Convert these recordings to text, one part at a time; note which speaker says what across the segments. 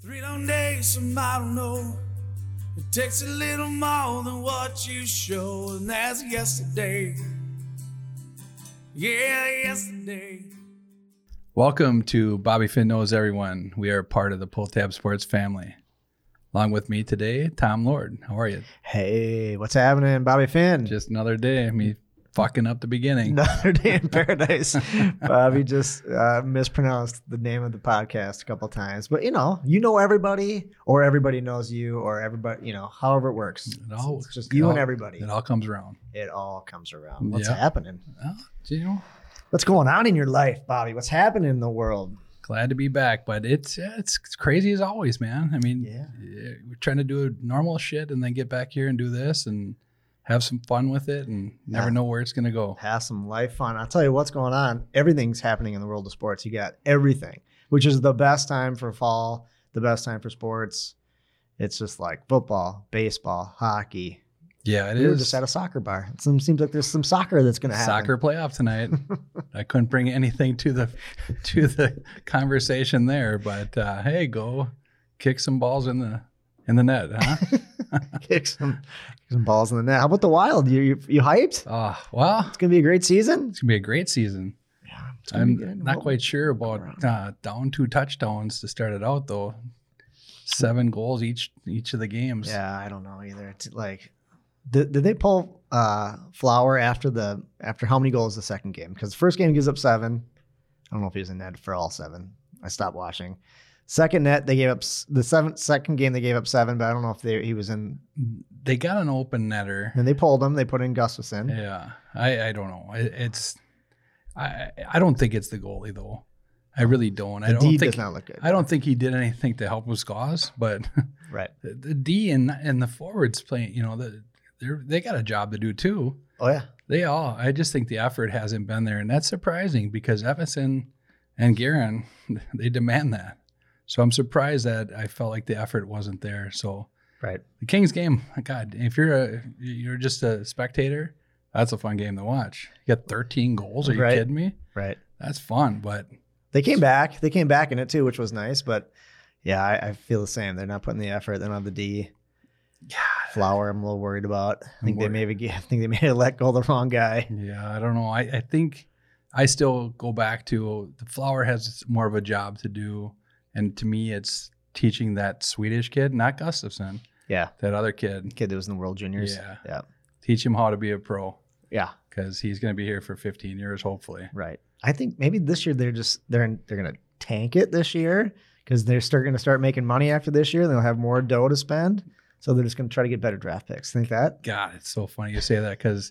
Speaker 1: Three long days, some I don't know. It takes a little more than what you show, and that's yesterday. Yeah, yesterday.
Speaker 2: Welcome to Bobby Finn Knows Everyone. We are part of the Pull Tab Sports family. Along with me today, Tom Lord. How are you?
Speaker 3: Hey, what's happening, Bobby Finn?
Speaker 2: Just another day. of Me fucking up the beginning.
Speaker 3: Another day in paradise. Bobby just uh, mispronounced the name of the podcast a couple times, but you know, you know everybody, or everybody knows you, or everybody, you know, however it works.
Speaker 2: It all-
Speaker 3: it's just
Speaker 2: it
Speaker 3: you
Speaker 2: all-
Speaker 3: and everybody.
Speaker 2: It all comes around.
Speaker 3: It all comes around. What's
Speaker 2: Yeah.
Speaker 3: happening?
Speaker 2: Oh, you know,
Speaker 3: What's going on in your life, Bobby? What's happening in the world?
Speaker 2: glad to be back, but it's it's crazy as always, man. I mean,
Speaker 3: Yeah.
Speaker 2: yeah, we're trying to do normal shit and then get back here and do this and have some fun with it and never
Speaker 3: Yeah.
Speaker 2: know where it's going to go.
Speaker 3: Have some life fun. I'll tell you what's going on. Everything's happening in the world of sports. You got everything, which is the best time for fall, the best time for sports. It's just like football, baseball, hockey,
Speaker 2: Yeah, it is.
Speaker 3: we were just at a soccer bar. It some- seems like there's some soccer that's going to happen.
Speaker 2: soccer playoff tonight. I couldn't bring anything to the to the conversation there, but uh, hey, go kick some balls in the in the net, huh?
Speaker 3: kick some, kick some balls in the net. How about the Wild? You you, you hyped? It's
Speaker 2: uh, well, it's
Speaker 3: going to be a great season.
Speaker 2: gonna be a great season.
Speaker 3: Yeah, it's gonna be
Speaker 2: I'm
Speaker 3: good.
Speaker 2: not
Speaker 3: Well,
Speaker 2: quite sure about
Speaker 3: around.
Speaker 2: uh, down two touchdowns to start it out though. Seven goals each each of the games.
Speaker 3: Yeah, I don't know either. It's like, did, did they pull uh, Flower after the after how many goals the second game? Because the first game gives up seven. I don't know if he was in net for all seven. I stopped watching. Second net, they gave up s- the seventh second game. They gave up seven, but I don't know if they, he was in.
Speaker 2: They got an open netter.
Speaker 3: And they pulled him. They put in Gustafson.
Speaker 2: Yeah, I, I don't know. It, it's I I don't think it's the goalie though. I really don't. I
Speaker 3: The
Speaker 2: don't
Speaker 3: D
Speaker 2: think
Speaker 3: does not look good.
Speaker 2: I don't think he did anything to help his cause, but
Speaker 3: Right.
Speaker 2: the, the D and and the forwards playing, you know, the, they're they got a job to do too.
Speaker 3: Oh yeah.
Speaker 2: They all, I just think the effort hasn't been there, and that's surprising because Evanson and Guerin they demand that. So I'm surprised that I felt like the effort wasn't there. So
Speaker 3: Right.
Speaker 2: the Kings game, God, if you're a you're just a spectator, that's a fun game to watch. You got 13 goals. Are you
Speaker 3: Right.
Speaker 2: kidding me?
Speaker 3: Right.
Speaker 2: That's fun, but
Speaker 3: They came back. They came back in it too, which was nice. But yeah, I, I feel the same. They're not putting the effort. They don't have the D.
Speaker 2: Yeah.
Speaker 3: Flower, I'm a little worried about. I think they
Speaker 2: worried.
Speaker 3: maybe I think they may have let go of the wrong guy.
Speaker 2: Yeah, I don't know. I, I think I still go back to the flower has more of a job to do. And to me, it's teaching that Swedish kid, not Gustafsson,
Speaker 3: Yeah.
Speaker 2: that other kid,
Speaker 3: Kid that was in the World Juniors.
Speaker 2: Yeah.
Speaker 3: Yeah.
Speaker 2: teach him how to be a pro
Speaker 3: Yeah.
Speaker 2: because he's going to be here for 15 years, hopefully.
Speaker 3: Right. I think maybe this year they're just they're they're gonna tank it this year because they're start gonna start making money after this year. They'll have more dough to spend. So they're just gonna try to get better draft picks. Think that?
Speaker 2: God, it's so funny you say that because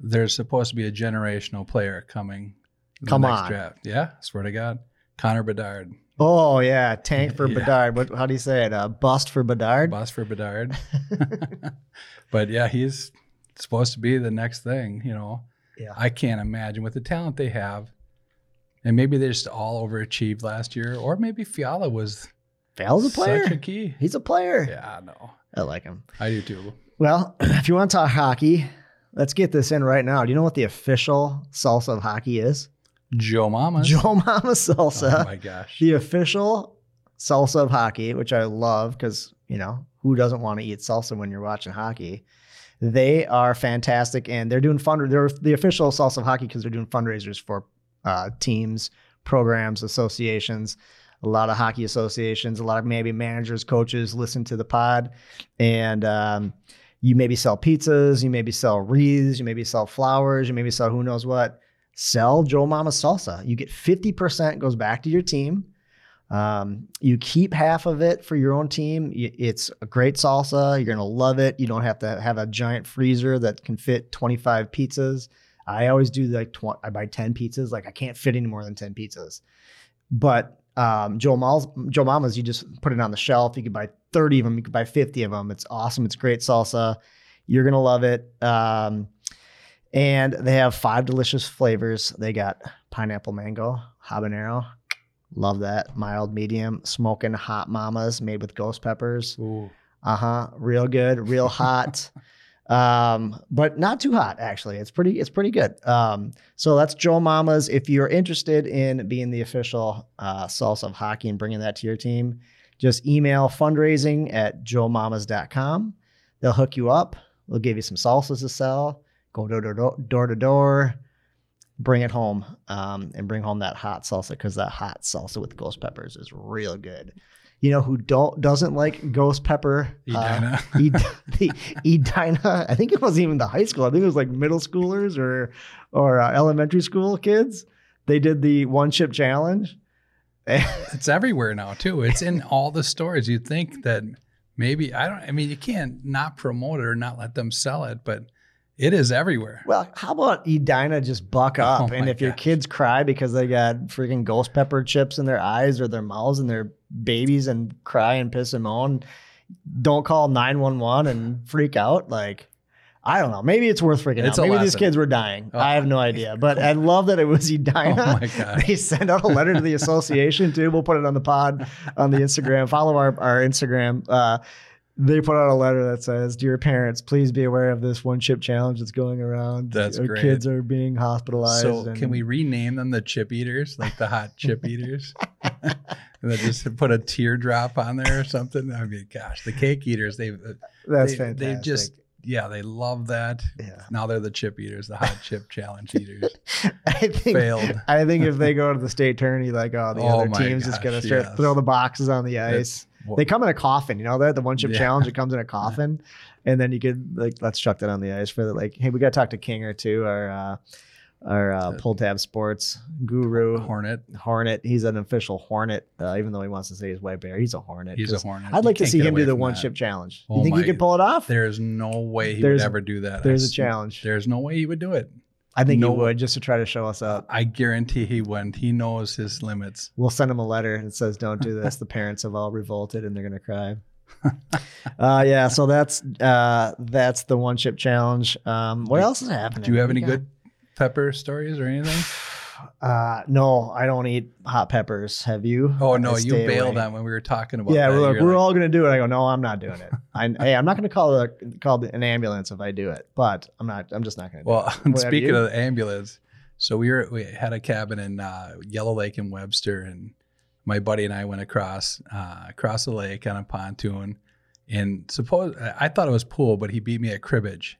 Speaker 2: there's supposed to be a generational player coming. in the
Speaker 3: Come
Speaker 2: next
Speaker 3: on.
Speaker 2: Draft. Yeah, swear to God. Connor Bedard.
Speaker 3: Oh yeah, tank for
Speaker 2: Yeah.
Speaker 3: Bedard. What? How do you say it? Uh, bust for Bedard.
Speaker 2: Bus for Bedard. but yeah, he's supposed to be the next thing, you know.
Speaker 3: Yeah.
Speaker 2: I can't imagine with the talent they have. And maybe they just all overachieved last year, or maybe Fiala was
Speaker 3: Bell's a
Speaker 2: such a
Speaker 3: player.
Speaker 2: key.
Speaker 3: He's a player.
Speaker 2: Yeah, I know.
Speaker 3: I like him.
Speaker 2: I do too.
Speaker 3: Well, if you want to talk hockey, let's get this in right now. Do you know what the official salsa of hockey is?
Speaker 2: Joe Mamas.
Speaker 3: Joe Mama
Speaker 2: Oh
Speaker 3: salsa.
Speaker 2: my gosh.
Speaker 3: the official salsa of hockey, which I love because, you know, who doesn't want to eat salsa when you're watching hockey? They are fantastic and they're doing fund. They're the official salsa of hockey because they're doing fundraisers for uh, teams, programs, associations. A lot of hockey associations, a lot of maybe managers, coaches listen to the pod, and um, you maybe sell pizzas, you maybe sell wreaths, you maybe sell flowers, you maybe sell who knows what. Sell Joe Mama salsa. You get 50% goes back to your team. Um, you keep half of it for your own team. Y- It's a great salsa. You're going to love it. You don't have to have a giant freezer that can fit 25 pizzas. I always do like tw- I buy 10 pizzas. Like I can't fit any more than 10 pizzas. But um, Joe Mal's, Joe Mama's, you just put it on the shelf. You could buy 30 of them. You could buy 50 of them. It's awesome. It's great salsa. You're gonna love it. Um, and they have five delicious flavors. They got pineapple mango, habanero. Love that. Mild, medium, smoking hot mamas made with ghost peppers.
Speaker 2: Ooh.
Speaker 3: Uh huh. Real good, real hot. um, but not too hot actually. It's pretty. It's pretty good. Um, so that's Joe Mama's. If you're interested in being the official uh, salsa of hockey and bringing that to your team, Just email fundraising at joemamas.com. They'll hook you up. They'll give you some salsas to sell. Go door to door, door, to door bring it home um, and bring home that hot salsa because that hot salsa with ghost peppers is real good. You know who don't doesn't like ghost pepper? Uh,
Speaker 2: Edina.
Speaker 3: Ed- the Edina. I think it wasn't even the high school. I think it was like middle schoolers or or uh, elementary school kids. They did the one chip challenge.
Speaker 2: it's everywhere now too. It's in all the stores. You'd think that maybe I don't. I mean, you can't not promote it or not let them sell it, but it is everywhere.
Speaker 3: Well, how about Edina just buck up?
Speaker 2: Oh
Speaker 3: and
Speaker 2: my
Speaker 3: if your
Speaker 2: gosh.
Speaker 3: kids cry because they got freaking ghost pepper chips in their eyes or their mouths and their babies and cry and piss and moan, don't call 911 and freak out. Like, I don't know. Maybe it's worth freaking
Speaker 2: It's a
Speaker 3: out. Maybe these
Speaker 2: lesson.
Speaker 3: kids were dying.
Speaker 2: Oh.
Speaker 3: I have no idea. But I love that it was
Speaker 2: Oh
Speaker 3: Edina.
Speaker 2: my gosh.
Speaker 3: they sent out a letter to the association too. We'll put it on the pod on the Instagram. Follow our, our Instagram. Uh, they put out a letter that says, "Dear parents, please be aware of this one chip challenge that's going around.
Speaker 2: That's
Speaker 3: Our
Speaker 2: great.
Speaker 3: Kids are being hospitalized.
Speaker 2: So
Speaker 3: and-
Speaker 2: can we rename them the chip eaters, like the hot chip eaters? and then just put a teardrop on there or something. I mean, gosh, the cake eaters, they
Speaker 3: That's
Speaker 2: they,
Speaker 3: fantastic.
Speaker 2: they just yeah, they love that.
Speaker 3: yeah.
Speaker 2: Now they're the chip eaters, the hot chip challenge eaters.
Speaker 3: I think
Speaker 2: Failed.
Speaker 3: I think if they go to the state tourney, like oh, the
Speaker 2: Oh
Speaker 3: other
Speaker 2: my
Speaker 3: team's just gonna
Speaker 2: gosh,
Speaker 3: start
Speaker 2: yes.
Speaker 3: throw the boxes on the ice.
Speaker 2: Well,
Speaker 3: they come in a coffin, you know that the one chip
Speaker 2: Yeah.
Speaker 3: challenge. It comes in a coffin, and then you could like let's chuck that on the ice for the like. Hey, we got to talk to King or two, our uh, our uh,
Speaker 2: The-
Speaker 3: pull tab sports guru
Speaker 2: Hornet.
Speaker 3: Hornet. He's an official Hornet, uh, even though he wants to say he's white bear. He's a Hornet.
Speaker 2: He's a
Speaker 3: 'cause
Speaker 2: Hornet.
Speaker 3: I'd
Speaker 2: You
Speaker 3: like to
Speaker 2: can't
Speaker 3: see
Speaker 2: get
Speaker 3: him
Speaker 2: away
Speaker 3: do the
Speaker 2: from
Speaker 3: one
Speaker 2: that.
Speaker 3: chip challenge.
Speaker 2: Oh
Speaker 3: you think he
Speaker 2: my-
Speaker 3: could pull it off?
Speaker 2: There is no way he
Speaker 3: There's-
Speaker 2: would ever do that.
Speaker 3: There's
Speaker 2: I
Speaker 3: a challenge.
Speaker 2: There's no way he would do it.
Speaker 3: I think
Speaker 2: no-
Speaker 3: he would just to try to show us uh, up.
Speaker 2: I guarantee he wouldn't. He knows his limits.
Speaker 3: We'll send him a letter that says, "Don't do this." the parents have all revolted and they're gonna cry. uh, yeah, so that's uh, that's the one chip challenge. Um, what else is happening?
Speaker 2: Do you have
Speaker 3: We
Speaker 2: any
Speaker 3: got-
Speaker 2: good pepper stories or anything?
Speaker 3: Uh, no, I don't eat hot peppers. Have you?
Speaker 2: Oh no,
Speaker 3: I
Speaker 2: you
Speaker 3: stay
Speaker 2: bailed
Speaker 3: away.
Speaker 2: on when we were talking about.
Speaker 3: Yeah,
Speaker 2: that.
Speaker 3: we're like,
Speaker 2: You're
Speaker 3: we're
Speaker 2: like,
Speaker 3: all gonna do it. I go, no, I'm not doing it. I, hey, I'm not gonna call a, call an ambulance if I do it, but I'm not. I'm just not gonna. do it.
Speaker 2: Well,
Speaker 3: What, have
Speaker 2: speaking
Speaker 3: you?
Speaker 2: of the ambulance, so we were we had a cabin in uh, Yellow Lake in Webster, and my buddy and I went across uh, across the lake on a pontoon, and suppose I- I thought it was pool, but he beat me at cribbage,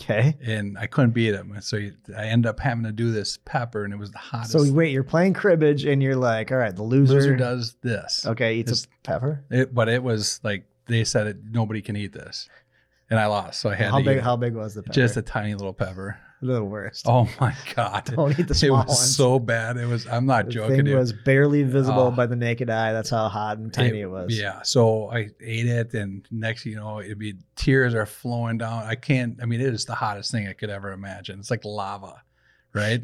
Speaker 3: Okay.
Speaker 2: and I couldn't beat him, so he, I ended up having to do this pepper, and it was the hottest.
Speaker 3: So wait, you're playing cribbage, and you're like, all right, the loser,
Speaker 2: loser does this.
Speaker 3: okay eats
Speaker 2: It's-
Speaker 3: a pepper.
Speaker 2: It, but it was like they said it, nobody can eat this, and I lost. So I had
Speaker 3: How
Speaker 2: to
Speaker 3: big?
Speaker 2: eat
Speaker 3: How big was the pepper?
Speaker 2: just a tiny little pepper.
Speaker 3: the worst.
Speaker 2: Oh my god!
Speaker 3: Don't eat the
Speaker 2: it
Speaker 3: small
Speaker 2: was
Speaker 3: ones.
Speaker 2: so bad. It was. I'm not
Speaker 3: the
Speaker 2: joking.
Speaker 3: thing
Speaker 2: dude.
Speaker 3: was barely visible
Speaker 2: Oh.
Speaker 3: by the naked eye. That's how hot and tiny it, was.
Speaker 2: Yeah. So I ate it, and next thing you know, it'd be tears are flowing down. I can't. I mean, it is the hottest thing I could ever imagine. It's like lava, right?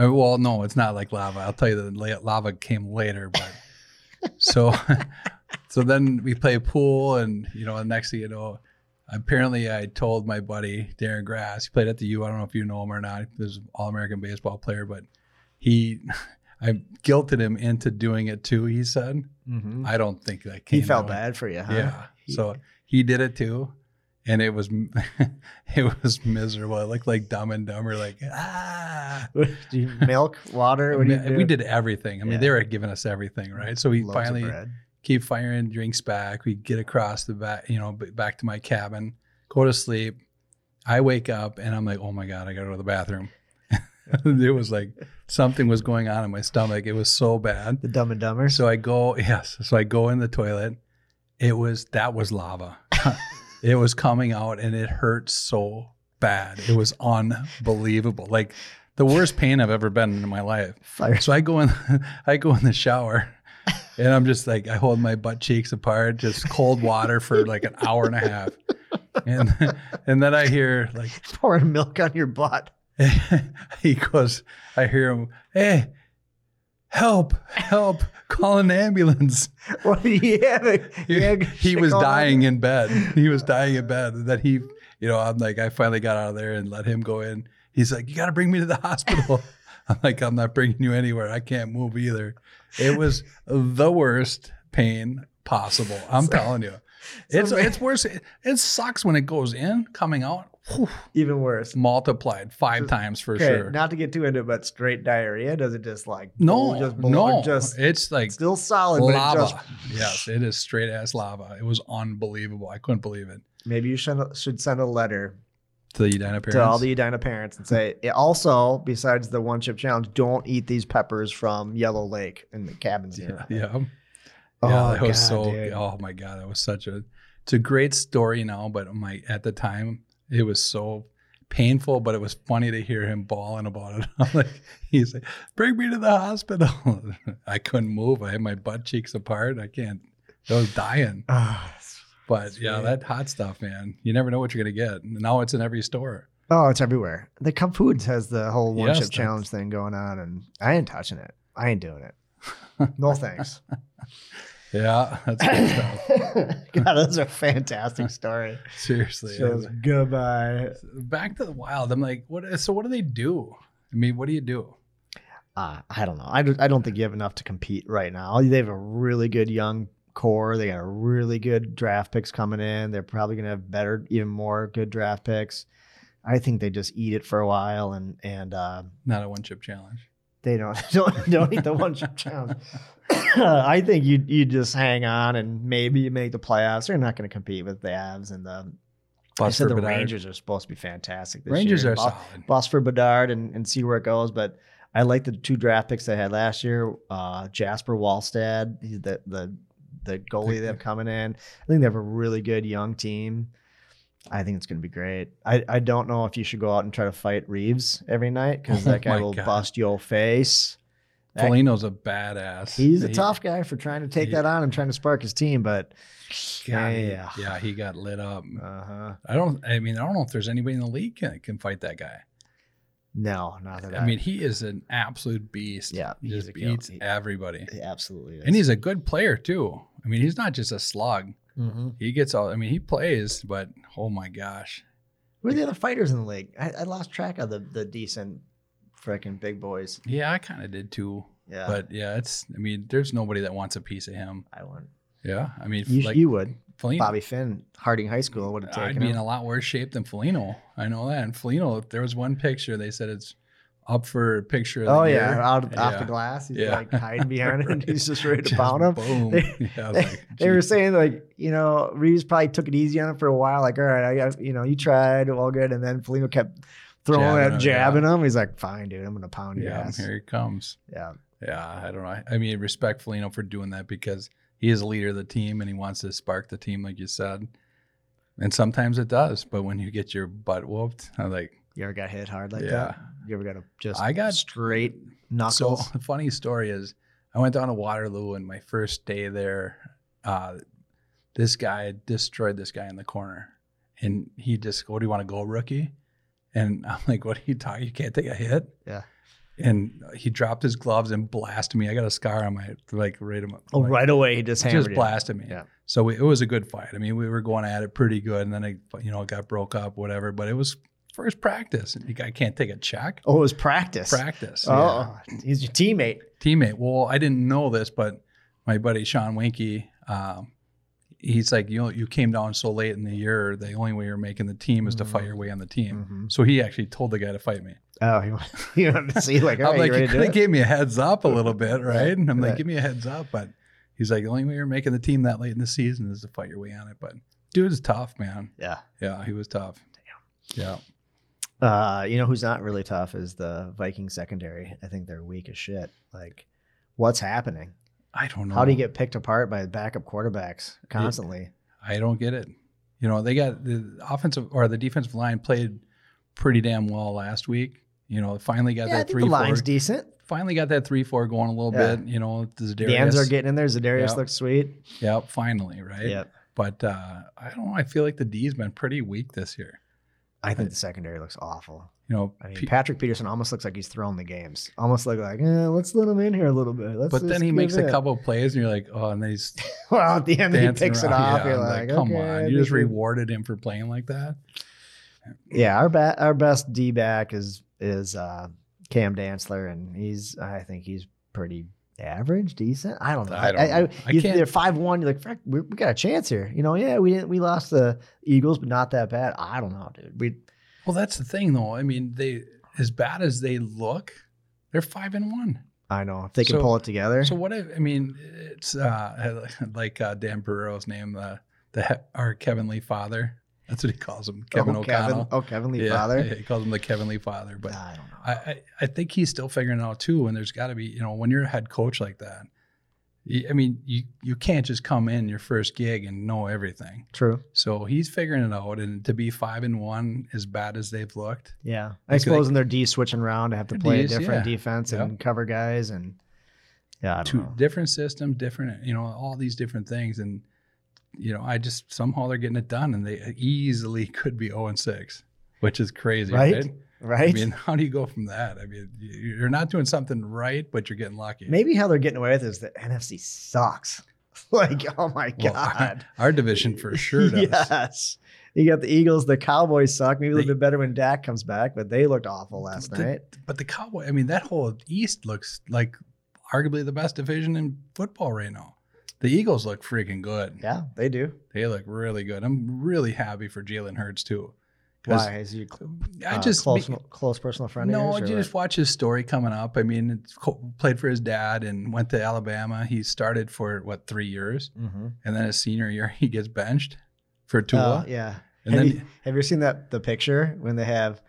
Speaker 2: Uh, well, no, it's not like lava. I'll tell you that la- lava came later, but so so then we play pool, and you know, the next thing you know. Apparently, I told my buddy Darren Grass. He played at the U. I don't know if you know him or not. He was an all-American baseball player, but he, I guilted him into doing it too. He said,
Speaker 3: Mhm.
Speaker 2: I don't think that came.
Speaker 3: He felt
Speaker 2: out.
Speaker 3: bad for you, huh?
Speaker 2: Yeah. So he did it too, and it was it was miserable. It looked like Dumb and Dumber. Like ah.
Speaker 3: do you milk, water? What do you do?
Speaker 2: we did everything. I mean,
Speaker 3: Yeah.
Speaker 2: they were giving us everything, right? So we
Speaker 3: Loaves of
Speaker 2: finally
Speaker 3: bread.
Speaker 2: keep firing drinks back. We get across the back, you know, b- back to my cabin, go to sleep. I wake up and I'm like, oh my God, I got to go to the bathroom. it was like something was going on in my stomach. It was so bad.
Speaker 3: the Dumb and Dumber.
Speaker 2: So I go, yes. So I go in the toilet. It was that was lava. it was coming out and it hurt so bad. It was unbelievable. Like the worst pain I've ever been in in my life.
Speaker 3: Fire.
Speaker 2: So I go in I go in the shower and I'm just like I hold my butt cheeks apart, just cold water for like an hour and a half. And and then I hear like
Speaker 3: pouring milk on your butt.
Speaker 2: he goes, I hear him, hey, help, help, call an ambulance.
Speaker 3: What do you have?
Speaker 2: He, he was dying in bed. He was dying in bed. And then he, you know, I'm like, I finally got out of there and let him go in. He's like, you got to bring me to the hospital. I'm like, I'm not bringing you anywhere. I can't move either. It was the worst pain possible. I'm telling you. It's
Speaker 3: So-
Speaker 2: it's worse. It, it sucks when it goes in, coming out.
Speaker 3: Even worse.
Speaker 2: multiplied five times for
Speaker 3: Okay,
Speaker 2: sure.
Speaker 3: not to get too into it, but straight diarrhea does it just like
Speaker 2: no,
Speaker 3: boil- just boil-
Speaker 2: no,
Speaker 3: just
Speaker 2: it's like
Speaker 3: still solid,
Speaker 2: lava.
Speaker 3: but it just
Speaker 2: yes, it is straight ass lava. It was unbelievable. I couldn't believe it.
Speaker 3: maybe you should should send a letter
Speaker 2: To the Edina parents.
Speaker 3: to all the Edina parents and say "Yeah, also besides the one chip challenge, don't eat these peppers from Yellow Lake in the cabins
Speaker 2: yeah,
Speaker 3: here.
Speaker 2: yeah.
Speaker 3: Oh,
Speaker 2: yeah, that was
Speaker 3: God,
Speaker 2: so.
Speaker 3: dude.
Speaker 2: Oh my god, that was such a. It's a great story now, but my at the time it was so painful, but it was funny to hear him bawling about it. I'm like he's like, "Bring me to the hospital." I couldn't move. I had my butt cheeks apart. I can't. I was dying.
Speaker 3: Ah, it's-
Speaker 2: But
Speaker 3: That's
Speaker 2: yeah,
Speaker 3: right.
Speaker 2: that hot stuff, man. You never know what you're gonna get. Now it's in every store.
Speaker 3: Oh, it's everywhere. The Cup Foods has the whole one
Speaker 2: Yes,
Speaker 3: chip challenge thing going on, and I ain't touching it. I ain't doing it. No thanks.
Speaker 2: Yeah, that's good stuff.
Speaker 3: God, those are fantastic story.
Speaker 2: Seriously.
Speaker 3: Says goodbye.
Speaker 2: Back to the wild. I'm like, what? So what do they do? I mean, what do you do?
Speaker 3: Uh, I don't know. I don't, I don't think you have enough to compete right now. They have a really good young core. They got a really good draft picks coming in. They're probably going to have better, even more good draft picks. I think they just eat it for a while and and uh,
Speaker 2: Not a one chip challenge.
Speaker 3: they don't don't don't eat the one chip challenge. I think you you just hang on and maybe you make the playoffs. They're not going to compete with the Avs and the. I
Speaker 2: Buster
Speaker 3: said the
Speaker 2: Bedard.
Speaker 3: Rangers are supposed to be fantastic. This
Speaker 2: Rangers
Speaker 3: year.
Speaker 2: are
Speaker 3: Bo-
Speaker 2: solid.
Speaker 3: Boss for Bedard and, and see where it goes. But I like the two draft picks they had last year. Uh, Jasper Wallstad, he's the the the goalie they have coming in. I think they have a really good young team. I think it's going to be great. I, I don't know if you should go out and try to fight Reeves every night because
Speaker 2: Oh
Speaker 3: that guy
Speaker 2: my
Speaker 3: will
Speaker 2: God.
Speaker 3: bust your face. That-
Speaker 2: Foligno's a badass.
Speaker 3: He's a
Speaker 2: He-
Speaker 3: tough guy for trying to take
Speaker 2: he-
Speaker 3: that on and trying to spark his team, but
Speaker 2: God, he-
Speaker 3: yeah.
Speaker 2: yeah, he got lit up.
Speaker 3: uh-huh.
Speaker 2: I don't. I mean, I don't know if there's anybody in the league can can fight that guy.
Speaker 3: no, not that.
Speaker 2: I mean, he is an absolute beast.
Speaker 3: Yeah,
Speaker 2: he
Speaker 3: he's
Speaker 2: just
Speaker 3: a killer.
Speaker 2: beats
Speaker 3: He-
Speaker 2: everybody,
Speaker 3: he absolutely. Is.
Speaker 2: and he's a good player too. I mean, he's not just a slug.
Speaker 3: Mhm.
Speaker 2: He gets all. I mean, he plays, but oh my gosh,
Speaker 3: Who are the other fighters in the league? I, I lost track of the the decent freaking big boys.
Speaker 2: yeah, I kind of did too.
Speaker 3: Yeah,
Speaker 2: But yeah, it's. I mean, there's nobody that wants a piece of him.
Speaker 3: I wouldn't.
Speaker 2: Yeah, I mean,
Speaker 3: You,
Speaker 2: like
Speaker 3: you would.
Speaker 2: Foligno.
Speaker 3: Bobby Finn, Harding High School would have taken
Speaker 2: I'd be
Speaker 3: him.
Speaker 2: in a lot worse shape than Felino. I know that. And Felino, there was one picture they said it's up for picture. Of the
Speaker 3: oh
Speaker 2: year.
Speaker 3: yeah, out of, off
Speaker 2: Yeah.
Speaker 3: the glass, he's
Speaker 2: Yeah.
Speaker 3: like hiding behind it.
Speaker 2: Right.
Speaker 3: He's just ready to
Speaker 2: Just
Speaker 3: pound him.
Speaker 2: Boom.
Speaker 3: They-
Speaker 2: Yeah, I was
Speaker 3: They,
Speaker 2: like,
Speaker 3: they were
Speaker 2: "Geez."
Speaker 3: saying like, you know, Reeves probably took it easy on him for a while. Like, all right, I got, you know, you tried, all good, and then Felino kept throwing
Speaker 2: Jabbing
Speaker 3: at
Speaker 2: him,
Speaker 3: jabbing him. He's like, fine, dude, I'm gonna pound your
Speaker 2: yeah,
Speaker 3: ass.
Speaker 2: here he comes.
Speaker 3: Yeah,
Speaker 2: Yeah, I don't know. I, I mean, respect Felino for doing that because he is a leader of the team and he wants to spark the team, like you said. And sometimes it does, but when you get your butt whooped, I'm like,
Speaker 3: you ever got hit hard like
Speaker 2: yeah.
Speaker 3: that? You ever got a just
Speaker 2: I got-
Speaker 3: straight knuckles?
Speaker 2: So the funny story is, I went down to Waterloo, and my first day there, uh, this guy destroyed this guy in the corner, and he just, "What do you want to go, rookie?" And I'm like, "What are you talking? You can't take a hit."
Speaker 3: Yeah.
Speaker 2: And he dropped his gloves and blasted me. I got a scar on my like right. on my-
Speaker 3: Oh,
Speaker 2: like,
Speaker 3: right away he just hammered
Speaker 2: just
Speaker 3: you.
Speaker 2: blasted me.
Speaker 3: Yeah.
Speaker 2: So we, it was a good fight. I mean, we were going at it pretty good, and then it, you know, it got broke up, whatever. But it was first practice, and the guy can't take a check.
Speaker 3: Oh, it was practice.
Speaker 2: Practice. Yeah
Speaker 3: Oh, he's your teammate.
Speaker 2: teammate. Well, I didn't know this, but my buddy Sean Winky, um, he's like, you you came down so late in the year. The only way you're making the team is to fight
Speaker 3: Mm-hmm.
Speaker 2: your way on the team. So he actually told the guy to fight me.
Speaker 3: Oh, he wanted, he wanted to see like, all
Speaker 2: I'm
Speaker 3: right,
Speaker 2: like, you
Speaker 3: you ready
Speaker 2: could
Speaker 3: to
Speaker 2: have
Speaker 3: do it?
Speaker 2: gave me a heads up a little bit, right? And I'm like,
Speaker 3: Right.
Speaker 2: give me a heads up, but he's like, the only way you're making the team that late in the season is to fight your way on it. But dude's tough, man.
Speaker 3: Yeah.
Speaker 2: Yeah, he was tough. Yeah.
Speaker 3: Uh, you know who's not really tough is the Viking secondary. I think they're weak as shit. Like, what's happening?
Speaker 2: I don't know.
Speaker 3: How do you get picked apart by backup quarterbacks constantly?
Speaker 2: I don't get it. You know, they got the offensive or the defensive line played pretty damn well last week. You know, finally got
Speaker 3: Yeah, I
Speaker 2: that
Speaker 3: think
Speaker 2: three
Speaker 3: the
Speaker 2: four.
Speaker 3: line's decent.
Speaker 2: Finally got that three four going a little
Speaker 3: Yeah.
Speaker 2: bit. You know, the
Speaker 3: The ends are
Speaker 2: Zadarius.
Speaker 3: getting in there. Zadarius
Speaker 2: Yep.
Speaker 3: looks sweet.
Speaker 2: yep, finally, right?
Speaker 3: Yep.
Speaker 2: But uh, I don't know. I feel like the D's been pretty weak this year.
Speaker 3: I think the secondary looks awful.
Speaker 2: You know,
Speaker 3: I mean,
Speaker 2: Pe-
Speaker 3: Patrick Peterson almost looks like he's thrown the games. Almost look like, eh, let's let him in here a little bit. Let's
Speaker 2: but then
Speaker 3: just
Speaker 2: he
Speaker 3: give
Speaker 2: makes a
Speaker 3: it.
Speaker 2: couple of plays, and you're like, oh, and then he's
Speaker 3: well, at the end he
Speaker 2: dancing
Speaker 3: picks it
Speaker 2: around.
Speaker 3: off.
Speaker 2: Yeah,
Speaker 3: You're
Speaker 2: I'm
Speaker 3: like,
Speaker 2: come
Speaker 3: okay, I
Speaker 2: on, you just
Speaker 3: think we-
Speaker 2: rewarded him for playing like that.
Speaker 3: Yeah, our ba- our best D back is is uh, Cam Dantzler, and he's I think he's pretty average, decent. I don't know.
Speaker 2: I don't know. I
Speaker 3: you-
Speaker 2: can't-
Speaker 3: They're five one. You're like, Frick, we, we got a chance here. You know, yeah, we didn't. We lost the Eagles, but not that bad. I don't know, dude. We
Speaker 2: Well, that's the thing, though. I mean, they as bad as they look, they're five and one.
Speaker 3: I know. If they can
Speaker 2: So-
Speaker 3: pull it together.
Speaker 2: So what if I mean it's uh like uh, Dan Barrero's name the the he- our Kevin Lee father. That's what he calls him, Kevin
Speaker 3: oh,
Speaker 2: O'Connell.
Speaker 3: Kevin, oh, Kevin Lee
Speaker 2: yeah,
Speaker 3: Father.
Speaker 2: yeah, he calls him the Kevin Lee father. But
Speaker 3: Nah, I don't know.
Speaker 2: I, I I think he's still figuring it out too. And there's got to be you know when you're a head coach like that, you, I mean you you can't just come in your first gig and know everything.
Speaker 3: True.
Speaker 2: So he's figuring it out. And to be five and one, as bad as they've looked,
Speaker 3: Yeah. I
Speaker 2: It's like-
Speaker 3: suppose in their D switching around to have to play
Speaker 2: Ds,
Speaker 3: a different
Speaker 2: yeah.
Speaker 3: defense
Speaker 2: Yep.
Speaker 3: and cover guys and yeah, I don't
Speaker 2: two
Speaker 3: know.
Speaker 2: different systems, different, you know, all these different things. And, you know, I just somehow they're getting it done and they easily could be 0 and 6, which is crazy,
Speaker 3: Right?
Speaker 2: right?
Speaker 3: right?
Speaker 2: I mean, how do you go from that? I mean, you- you're not doing something right, but you're getting lucky.
Speaker 3: Maybe how they're getting away with it is that NFC sucks. like, oh my
Speaker 2: Well,
Speaker 3: God.
Speaker 2: Our division for sure does.
Speaker 3: Yes. You got the Eagles, the Cowboys suck. Maybe they'll
Speaker 2: They-
Speaker 3: be better when Dak comes back, but they looked awful last
Speaker 2: The-
Speaker 3: night.
Speaker 2: But the Cowboy, I mean, that whole East looks like arguably the best division in football right now. The Eagles look freaking good.
Speaker 3: Yeah, they do.
Speaker 2: They look really good. I'm really happy for Jalen Hurts too. 'Cause
Speaker 3: Why? Is you cl-
Speaker 2: I
Speaker 3: uh,
Speaker 2: just
Speaker 3: close, close personal friend?
Speaker 2: no,
Speaker 3: of
Speaker 2: you
Speaker 3: yours, or
Speaker 2: just
Speaker 3: what?
Speaker 2: watch his story coming up. I mean, it's co- played for his dad and went to Alabama. He started for what three years,
Speaker 3: Mhm.
Speaker 2: and then his senior year he gets benched for Mm-hmm. Tua,
Speaker 3: Oh, yeah.
Speaker 2: and
Speaker 3: have,
Speaker 2: then
Speaker 3: you, have you seen that the picture when they have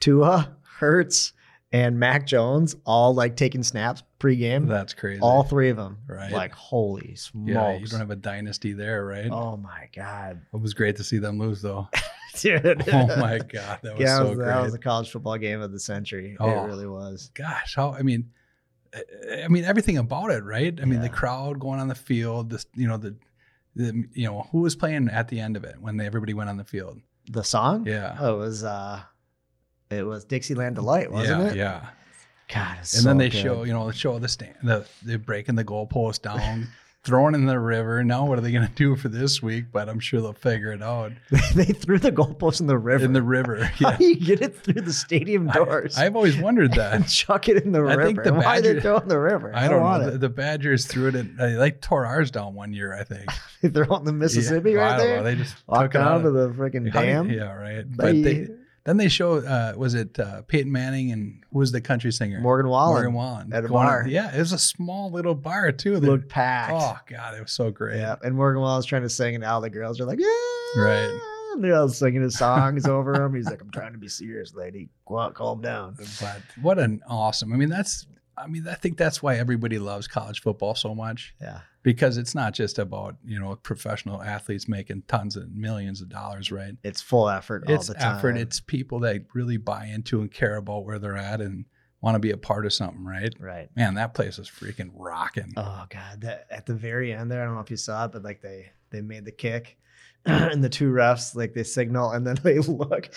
Speaker 3: Tua, Hertz, and Mac Jones all like taking snaps pregame?
Speaker 2: that's crazy.
Speaker 3: all three of them.
Speaker 2: Right.
Speaker 3: Like holy
Speaker 2: yeah,
Speaker 3: smokes!
Speaker 2: you don't have a dynasty there, right?
Speaker 3: oh my god,
Speaker 2: It was great to see them lose, though.
Speaker 3: dude!
Speaker 2: oh my god, that was
Speaker 3: yeah,
Speaker 2: so
Speaker 3: that, was,
Speaker 2: great.
Speaker 3: that was a college football game of the century.
Speaker 2: Oh.
Speaker 3: It really was.
Speaker 2: gosh, how I mean, I- I mean everything about it, right? I mean the
Speaker 3: Yeah.
Speaker 2: crowd going on the field, this you know the, the you know who was playing at the end of it when they, everybody went on the field.
Speaker 3: The song?
Speaker 2: Yeah,
Speaker 3: Oh, it was. uh It was Dixieland delight, wasn't
Speaker 2: yeah,
Speaker 3: it?
Speaker 2: yeah.
Speaker 3: God, it's
Speaker 2: And then
Speaker 3: so
Speaker 2: they
Speaker 3: good.
Speaker 2: show you know they show the stand the they're breaking the goalpost down. Throwing in the river. Now, what are they going to do for this week? But I'm sure they'll figure it out
Speaker 3: they threw the goalpost in the river.
Speaker 2: in the river.
Speaker 3: How
Speaker 2: Yeah,
Speaker 3: do you get it through the stadium
Speaker 2: I-
Speaker 3: doors?
Speaker 2: I've always wondered
Speaker 3: and
Speaker 2: that.
Speaker 3: chuck it in the
Speaker 2: I
Speaker 3: river.
Speaker 2: think the
Speaker 3: Why they
Speaker 2: Badger-
Speaker 3: throw it in the river?
Speaker 2: I don't
Speaker 3: want
Speaker 2: know. The,
Speaker 3: it.
Speaker 2: the Badgers threw it. In, they like tore ours down one year, I think.
Speaker 3: They throw it in the Mississippi
Speaker 2: Yeah, well,
Speaker 3: right
Speaker 2: I don't
Speaker 3: there.
Speaker 2: Know. They just
Speaker 3: Walk
Speaker 2: took it out
Speaker 3: down
Speaker 2: of
Speaker 3: to the freaking
Speaker 2: How do you-
Speaker 3: dam.
Speaker 2: yeah, right. But they,
Speaker 3: Bye.
Speaker 2: then they show uh, was it uh, Peyton Manning and who was the country singer?
Speaker 3: Morgan Wallen
Speaker 2: Morgan Wallen
Speaker 3: at a
Speaker 2: Going
Speaker 3: bar.
Speaker 2: yeah, it was a small little bar too. They-
Speaker 3: looked packed.
Speaker 2: oh god, it was so great.
Speaker 3: Yeah, and Morgan Wallen's trying to sing, and all the girls are like, yeah.
Speaker 2: Right.
Speaker 3: And they're all singing his songs over him. He's like, I'm trying to be serious, lady. Go out, calm down.
Speaker 2: But what an awesome! I mean, that's I mean, I think that's why everybody loves college football so much
Speaker 3: Yeah.
Speaker 2: because it's not just about you know professional athletes making tons and millions of dollars, right?
Speaker 3: It's full effort
Speaker 2: It's
Speaker 3: all the time.
Speaker 2: effort. It's people that really buy into and care about where they're at and want to be a part of something, right?
Speaker 3: right.
Speaker 2: Man, that place is freaking rocking.
Speaker 3: Oh god, that at the very end there, I don't know if you saw it, but like they they made the kick, and the two refs like they signal, and then they look,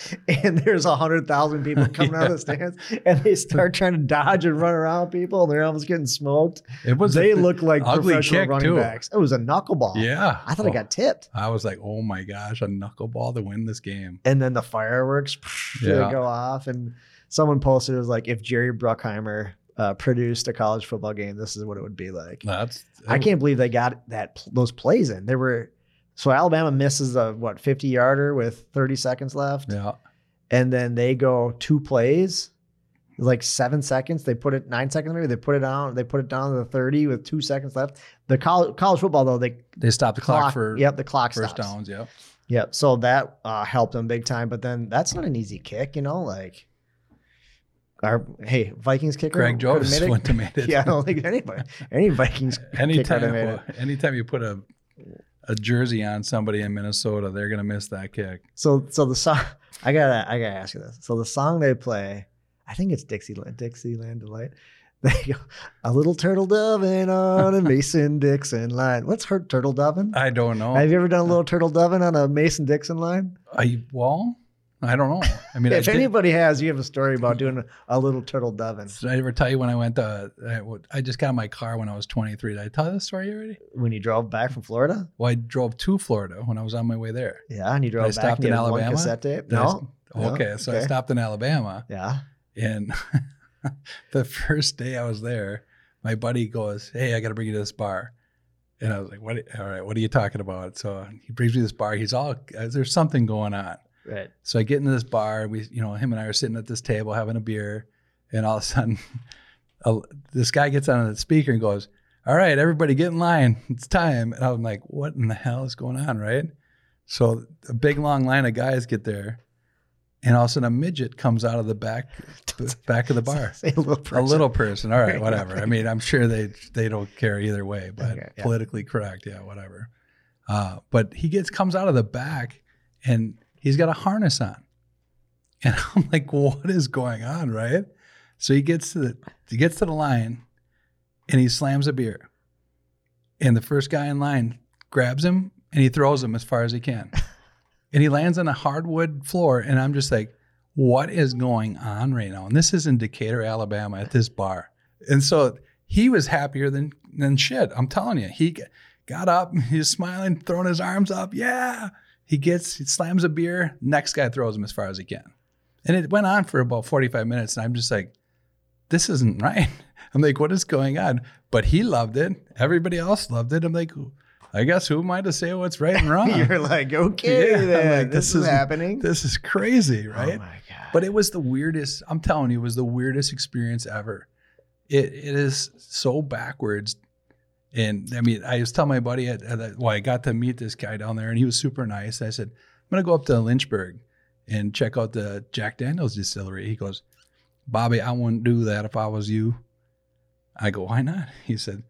Speaker 3: and there's a hundred thousand people coming out of the stands, and they start trying to dodge and run around people, and they're almost getting smoked.
Speaker 2: It was
Speaker 3: they look like
Speaker 2: ugly
Speaker 3: professional
Speaker 2: kick,
Speaker 3: running
Speaker 2: too.
Speaker 3: backs. It was a knuckleball.
Speaker 2: Yeah,
Speaker 3: I thought I
Speaker 2: Oh,
Speaker 3: got tipped,
Speaker 2: I was like, oh my gosh, a knuckleball to win this game.
Speaker 3: and then the fireworks psh, they
Speaker 2: Yeah.
Speaker 3: go off, and someone posted it was like if Jerry Bruckheimer uh, produced a college football game, this is what it would be like.
Speaker 2: That's
Speaker 3: I can't believe they got that those plays in. There were so Alabama misses a what 50 yarder with 30 seconds left,
Speaker 2: Yeah,
Speaker 3: and then they go two plays, like seven seconds. They put it nine seconds maybe. They put it down. They put it down to the 30 with two seconds left. The college, college football though they
Speaker 2: they stopped the clock, for
Speaker 3: yep the clock
Speaker 2: first
Speaker 3: stops.
Speaker 2: downs. Yep.
Speaker 3: Yep. So that uh, helped them big time. But then that's not an easy kick, you know. Like our hey Vikings kicker
Speaker 2: Greg
Speaker 3: could've
Speaker 2: Jones
Speaker 3: made it.
Speaker 2: went to made it.
Speaker 3: Yeah, I don't think anybody any Vikings kicker could've
Speaker 2: anytime,
Speaker 3: made it.
Speaker 2: anytime you put a a jersey on somebody in Minnesota, they're gonna miss that kick.
Speaker 3: So so the song I gotta I gotta ask you this. So the song they play, I think it's Dixieland Dixieland Delight. They go, a little turtle dovin on a Mason Dixon line. What's her turtle dovin?
Speaker 2: I don't know.
Speaker 3: Have you ever done a little turtle dovin on a Mason Dixon line?
Speaker 2: I well, I don't know. I mean, I,
Speaker 3: if
Speaker 2: did,
Speaker 3: anybody has, you have a story about doing a little turtle dovin
Speaker 2: did I ever tell you when I went to? I, would- I just got in my car when I was 23. Did I tell you this story already?
Speaker 3: when you drove back from Florida.
Speaker 2: Well, I drove to Florida when I was on my way there.
Speaker 3: Yeah, and you drove
Speaker 2: I
Speaker 3: back
Speaker 2: stopped
Speaker 3: and you
Speaker 2: in
Speaker 3: had one
Speaker 2: Alabama?
Speaker 3: cassette tape.
Speaker 2: Did I-
Speaker 3: No, No?
Speaker 2: Okay, so I
Speaker 3: Okay.
Speaker 2: stopped in Alabama.
Speaker 3: yeah,
Speaker 2: And the first day I was there, my buddy goes, "Hey, I got to bring you to this bar." And I was like, "What? All right, what are you talking about?" So he brings me to this bar. He's all, "There's something going on."
Speaker 3: Right.
Speaker 2: So I get into this bar. We, you know, him and I are sitting at this table having a beer, and all of a sudden, a, this guy gets on the speaker and goes, "All right, everybody, get in line. It's time." And I'm like, "What in the hell is going on?" Right. So a big long line of guys get there, and all of a sudden, a midget comes out of the back the back of the bar.
Speaker 3: Say a little person.
Speaker 2: A little person. All right, whatever. I mean, I'm sure they they don't care either way, but
Speaker 3: Okay, yeah.
Speaker 2: politically correct, yeah, whatever. Uh, but he gets comes out of the back and he's got a harness on. And I'm like, what is going on, right? So he gets to the he gets to the line and he slams a beer. And the first guy in line grabs him and he throws him as far as he can. and he lands on a hardwood floor and I'm just like, what is going on right now? And this is in Decatur, Alabama at this bar. And so he was happier than than shit. I'm telling you. He g- got up, he's smiling, throwing his arms up. Yeah. He gets, he slams a beer. Next guy throws him as far as he can. And it went on for about 45 minutes. And I'm just like, this isn't right. I'm like, what is going on? But he loved it. Everybody else loved it. I'm like, I guess who am I to say what's right and wrong?
Speaker 3: You're like, okay,
Speaker 2: Yeah, I'm
Speaker 3: then.
Speaker 2: like,
Speaker 3: this,
Speaker 2: this
Speaker 3: is
Speaker 2: isn't-
Speaker 3: happening.
Speaker 2: this is crazy, right?
Speaker 3: Oh my god.
Speaker 2: But it was the weirdest. I'm telling you, it was the weirdest experience ever. It it is so backwards, and I mean, I was telling my buddy at, at that, well, I got to meet this guy down there, and he was super nice. I said, I'm gonna go up to Lynchburg and check out the Jack Daniel's distillery. He goes, Bobby, I wouldn't do that if I was you. I go, why not? He said,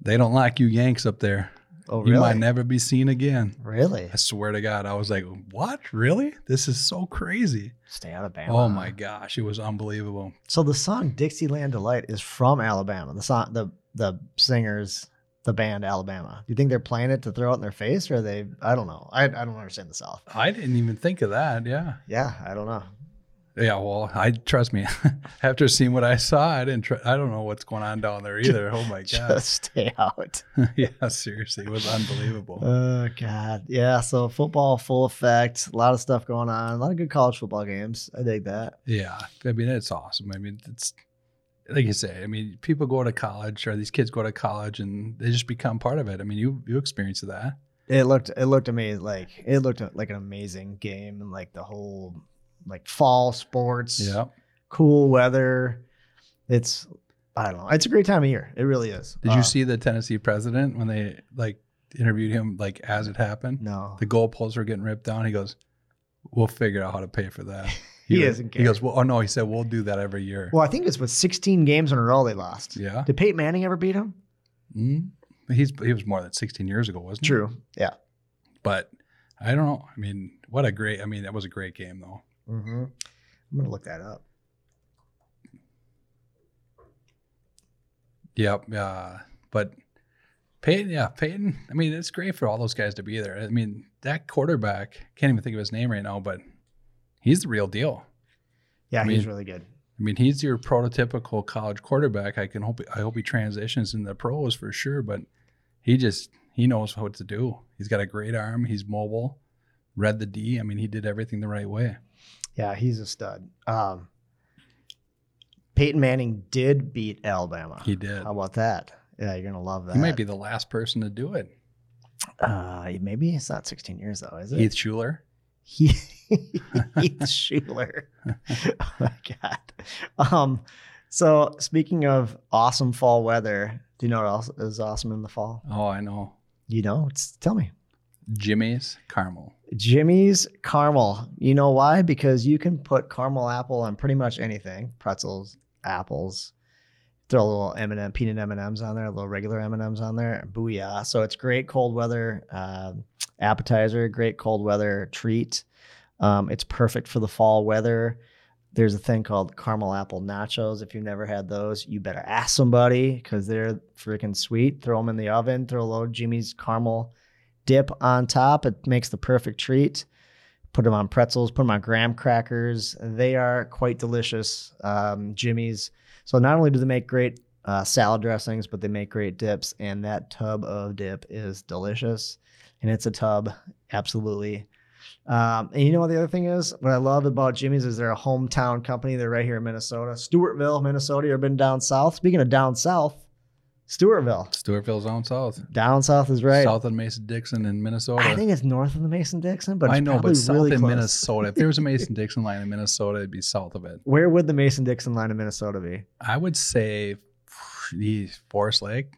Speaker 2: they don't like you Yanks up there.
Speaker 3: oh
Speaker 2: You
Speaker 3: really?
Speaker 2: might never be seen again.
Speaker 3: really?
Speaker 2: I swear to God, I was like, what? Really? This is so crazy.
Speaker 3: Stay out of Alabama.
Speaker 2: Oh my gosh, it was unbelievable.
Speaker 3: So the song "Dixieland Delight" is from Alabama. The song, the the singers, the band Alabama. Do you think they're playing it to throw it in their face, or are they? I don't know. I, I don't understand the South.
Speaker 2: I didn't even think of that. Yeah.
Speaker 3: Yeah, I don't know.
Speaker 2: Oh Yeah. Well, I trust me. After seeing what I saw, I didn't. Tr- I don't know what's going on down there either. Oh my god.
Speaker 3: Just stay out.
Speaker 2: yeah. Seriously, it was unbelievable.
Speaker 3: Oh God, yeah. So football full effect. A lot of stuff going on. A lot of good college football games. I dig that.
Speaker 2: Yeah. I mean, it's awesome. I mean, it's like you say. I mean, people go to college, or these kids go to college, and they just become part of it. I mean, you you experience that.
Speaker 3: It looked it looked amazing. Like it looked uh, like an amazing game, and like the whole like fall sports.
Speaker 2: Yeah.
Speaker 3: cool weather. It's I don't know. It's a great time of year. It really is.
Speaker 2: Did
Speaker 3: Uh,
Speaker 2: you see the Tennessee president when they like interviewed him like as it happened?
Speaker 3: No.
Speaker 2: the goalposts were getting ripped down. He goes, "We'll figure out how to pay for that."
Speaker 3: He
Speaker 2: goes-
Speaker 3: doesn't
Speaker 2: He
Speaker 3: care.
Speaker 2: goes, "Well, oh no," he said, "We'll do that every year."
Speaker 3: Well, I think it's with 16 games in a row they lost.
Speaker 2: yeah,
Speaker 3: Did Peyton Manning ever beat him?
Speaker 2: mm he's he was more than 16 years ago, wasn't he?
Speaker 3: True. Yeah.
Speaker 2: But I don't know. I mean, what a great. I mean, that was a great game though.
Speaker 3: Mm-hmm. I'm gonna look that up.
Speaker 2: Yep. Yeah. but Peyton, yeah, Peyton. I mean, it's great for all those guys to be there. I mean, that quarterback can't even think of his name right now, but he's the real deal.
Speaker 3: Yeah,
Speaker 2: I
Speaker 3: he's
Speaker 2: mean-
Speaker 3: really good.
Speaker 2: I mean, he's your prototypical college quarterback. I can hope I hope he transitions into the pros for sure, but he just he knows what to do. He's got a great arm. He's mobile. Read the D. I mean, he did everything the right way.
Speaker 3: Yeah, he's a stud. Um, Peyton Manning did beat Alabama.
Speaker 2: He did.
Speaker 3: How about that? Yeah, you're gonna love that.
Speaker 2: He might be the last person to do it.
Speaker 3: Uh, maybe it's not 16 years though, is it?
Speaker 2: Heath Schuler.
Speaker 3: Heath, Heath Schuler. oh my god. Um, so speaking of awesome fall weather, do you know what else is awesome in the fall?
Speaker 2: Oh, I know.
Speaker 3: You know, it's, tell me.
Speaker 2: Jimmy's caramel.
Speaker 3: Jimmy's caramel. You know why? Because you can put caramel apple on pretty much anything. Pretzels, apples. Throw a little M and M peanut M and M's on there, a little regular M and M's on there. Booyah! So it's great cold weather um appetizer, great cold weather treat. Um, it's perfect for the fall weather. There's a thing called caramel apple nachos. If you've never had those, you better ask somebody because they're freaking sweet. Throw them in the oven. Throw a little Jimmy's caramel dip on top. It makes the perfect treat. Put them on pretzels, put them on graham crackers. They are quite delicious, um, Jimmy's. So not only do they make great uh, salad dressings, but they make great dips, and that tub of dip is delicious, and it's a tub, absolutely. Um, and you know what the other thing is? What I love about Jimmy's is they're a hometown company. They're right here in Minnesota, Stewartville, Minnesota. You've been down south. Speaking of down south, Stewartville.
Speaker 2: Stewartville's down south.
Speaker 3: Down south is right.
Speaker 2: South of Mason Dixon in Minnesota.
Speaker 3: I think it's north of the Mason Dixon, but
Speaker 2: I
Speaker 3: it's
Speaker 2: know,
Speaker 3: probably
Speaker 2: but south
Speaker 3: really
Speaker 2: in
Speaker 3: close.
Speaker 2: Minnesota. If there was a Mason Dixon line in Minnesota, it'd be south of it.
Speaker 3: Where would the Mason Dixon line of Minnesota be?
Speaker 2: I would say geez, Forest Lake.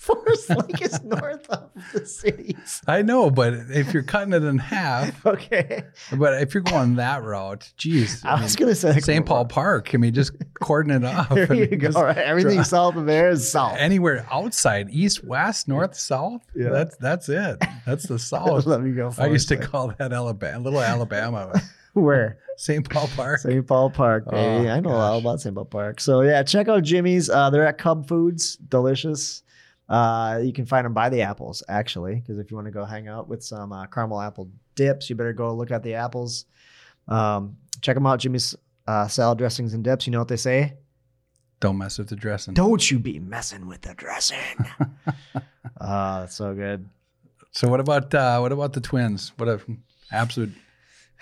Speaker 3: Forest Lake is north of the cities.
Speaker 2: I know, but if you're cutting it in half,
Speaker 3: Okay.
Speaker 2: but if you're going that route, geez.
Speaker 3: I
Speaker 2: I
Speaker 3: was
Speaker 2: mean,
Speaker 3: gonna say
Speaker 2: St. Paul Park. I mean, just cordon it off.
Speaker 3: There
Speaker 2: I
Speaker 3: you
Speaker 2: mean,
Speaker 3: go.
Speaker 2: just
Speaker 3: All right. Everything
Speaker 2: draw-
Speaker 3: south of there is south.
Speaker 2: Anywhere outside, east, west, north, south.
Speaker 3: Yeah.
Speaker 2: That's that's it. That's the south.
Speaker 3: Let me go.
Speaker 2: I used
Speaker 3: Forest
Speaker 2: to
Speaker 3: Lake.
Speaker 2: call that Alabama, little Alabama,
Speaker 3: where
Speaker 2: St. Paul Park.
Speaker 3: St. Paul Park, baby.
Speaker 2: Oh,
Speaker 3: I know
Speaker 2: gosh.
Speaker 3: all about St. Paul Park. So yeah, check out Jimmy's. Uh, they're at Cub Foods, delicious. Uh, you can find them by the apples, actually, because if you want to go hang out with some uh, caramel apple dips, you better go look at the apples. Um, check them out, Jimmy's uh, salad dressings and dips. You know what they say?
Speaker 2: Don't mess with the dressing.
Speaker 3: Don't you be messing with the dressing. uh, that's so good.
Speaker 2: So what about uh, what about the twins? What a absolute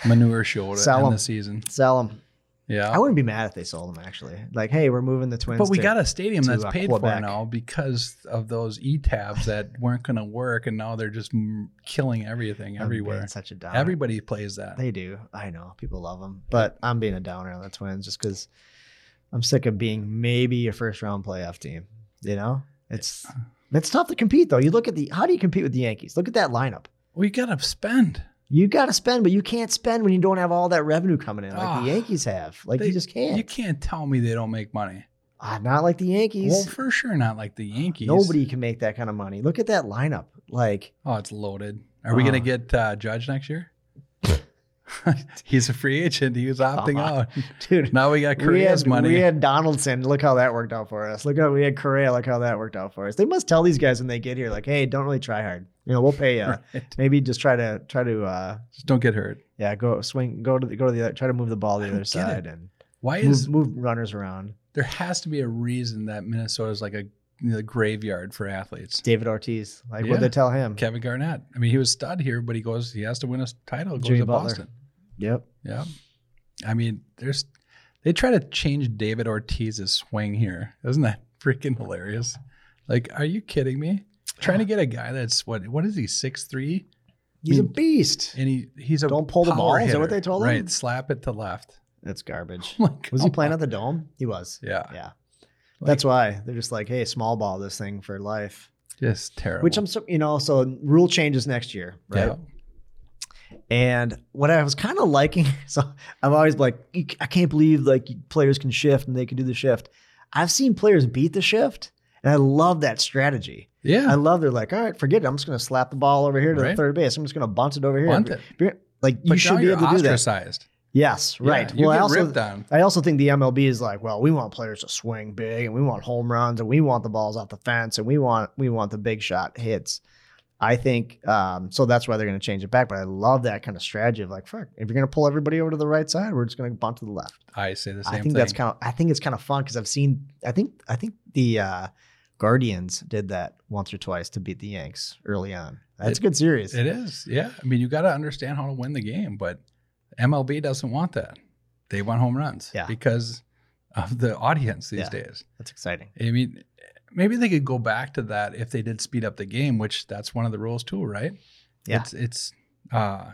Speaker 2: manure show to
Speaker 3: Sell
Speaker 2: end
Speaker 3: 'em.
Speaker 2: the season.
Speaker 3: Sell them. I
Speaker 2: Yeah.
Speaker 3: wouldn't be mad if they sold them, actually. Like, hey, we're moving the twins.
Speaker 2: But we
Speaker 3: to-
Speaker 2: got a stadium
Speaker 3: to,
Speaker 2: that's
Speaker 3: uh,
Speaker 2: paid
Speaker 3: Quebec.
Speaker 2: for now because of those e tabs that weren't going to work, and now they're just mm, killing everything
Speaker 3: I'm
Speaker 2: everywhere.
Speaker 3: being Such a downer.
Speaker 2: Everybody plays that.
Speaker 3: Uh, They do. I know. People love them. But I'm being a downer on the Twins just because I'm sick of being maybe a first round playoff team. You know? It's it's tough to compete though. You look at the how do you compete with the Yankees? Look at that lineup.
Speaker 2: We got to spend.
Speaker 3: You gotta spend, but you can't spend when you don't have all that revenue coming in like
Speaker 2: Ah.
Speaker 3: the Yankees have. Like
Speaker 2: They-
Speaker 3: you just can't.
Speaker 2: You can't tell me they don't make money.
Speaker 3: Ah, not like the Yankees.
Speaker 2: Well, for sure not like the Yankees.
Speaker 3: Nobody can make that kind of money. Look at that lineup. Like
Speaker 2: Oh, it's loaded. Are we going
Speaker 3: Uh-huh.
Speaker 2: to get uh, Judge next year? He's a free agent. He was opting
Speaker 3: Come on.
Speaker 2: out.
Speaker 3: dude.
Speaker 2: Now we got
Speaker 3: we
Speaker 2: Korea's
Speaker 3: had,
Speaker 2: money.
Speaker 3: We had Donaldson. Look how that worked out for us. Look how we had Correa. Look how that worked out for us. They must tell these guys when they get here, like, hey, don't really try hard. You know, we'll pay you.
Speaker 2: Right.
Speaker 3: Maybe just try to try to uh
Speaker 2: Just don't get hurt.
Speaker 3: yeah go swing go to the go to the other try to move the ball to
Speaker 2: I
Speaker 3: the other
Speaker 2: don't get it.
Speaker 3: side and
Speaker 2: Why is
Speaker 3: move, move runners around.
Speaker 2: there has to be a reason that Minnesota is like a you know, graveyard for athletes?
Speaker 3: David Ortiz. Like what
Speaker 2: Yeah.
Speaker 3: they tell him.
Speaker 2: Kevin Garnett. I mean, he was stud here, but he goes. He has to win a title. Goes
Speaker 3: Jimmy
Speaker 2: to
Speaker 3: Butler.
Speaker 2: Boston.
Speaker 3: Yep.
Speaker 2: Yeah. I mean, there's. They try to change David Ortiz's swing here. Isn't that freaking hilarious? Like, are you kidding me? Trying to get a guy that's what? What is he? Six three,
Speaker 3: He's a
Speaker 2: mean,
Speaker 3: beast.
Speaker 2: and he he's a
Speaker 3: Don't pull the
Speaker 2: power
Speaker 3: ball? Is that
Speaker 2: hitter.
Speaker 3: what they told him?
Speaker 2: Right, slap it to left.
Speaker 3: That's garbage.
Speaker 2: Like,
Speaker 3: Was he
Speaker 2: come
Speaker 3: playing
Speaker 2: on.
Speaker 3: at the dome? He was.
Speaker 2: Yeah,
Speaker 3: Yeah. That's why they're just like, hey, small ball this thing for life.
Speaker 2: just terrible.
Speaker 3: Which I'm, so, you know, so rule changes next year, right?
Speaker 2: Yeah.
Speaker 3: And what I was kind of liking, so I'm always like, "You c- I can't believe like players can shift and they can do the shift. I've seen players beat the shift, and I love that strategy.
Speaker 2: Yeah.
Speaker 3: I love they're like, all right, forget it. I'm just going to slap the ball over here to the
Speaker 2: Right.
Speaker 3: third base. I'm just going to bunt it over here.
Speaker 2: Bunt it.
Speaker 3: Be- Like you
Speaker 2: But
Speaker 3: should
Speaker 2: now
Speaker 3: be
Speaker 2: you're
Speaker 3: able to do that.
Speaker 2: ostracized.
Speaker 3: Yes,
Speaker 2: Yeah,
Speaker 3: right.
Speaker 2: you
Speaker 3: well, I
Speaker 2: get
Speaker 3: also
Speaker 2: ripped on.
Speaker 3: I also think the MLB is like, well, we want players to swing big and we want home runs and we want the balls off the fence and we want we want the big shot hits. I think um, so that's why they're going to change it back. But I love that kind of strategy of like, fuck, if you're going to pull everybody over to the right side, we're just going to bunt to the left.
Speaker 2: I say the same
Speaker 3: I think
Speaker 2: thing.
Speaker 3: that's kind of I think it's kind of fun because I've seen I think I think the uh, Guardians did that once or twice to beat the Yanks early on. That's a good series.
Speaker 2: It is, yeah. I mean, you got to understand how to win the game, but MLB doesn't want that. They want home runs
Speaker 3: Yeah.
Speaker 2: because of the audience these
Speaker 3: Yeah.
Speaker 2: days.
Speaker 3: that's exciting.
Speaker 2: I mean, maybe they could go back to that if they did speed up the game, which that's one of the rules too, right?
Speaker 3: Yeah.
Speaker 2: It's it's uh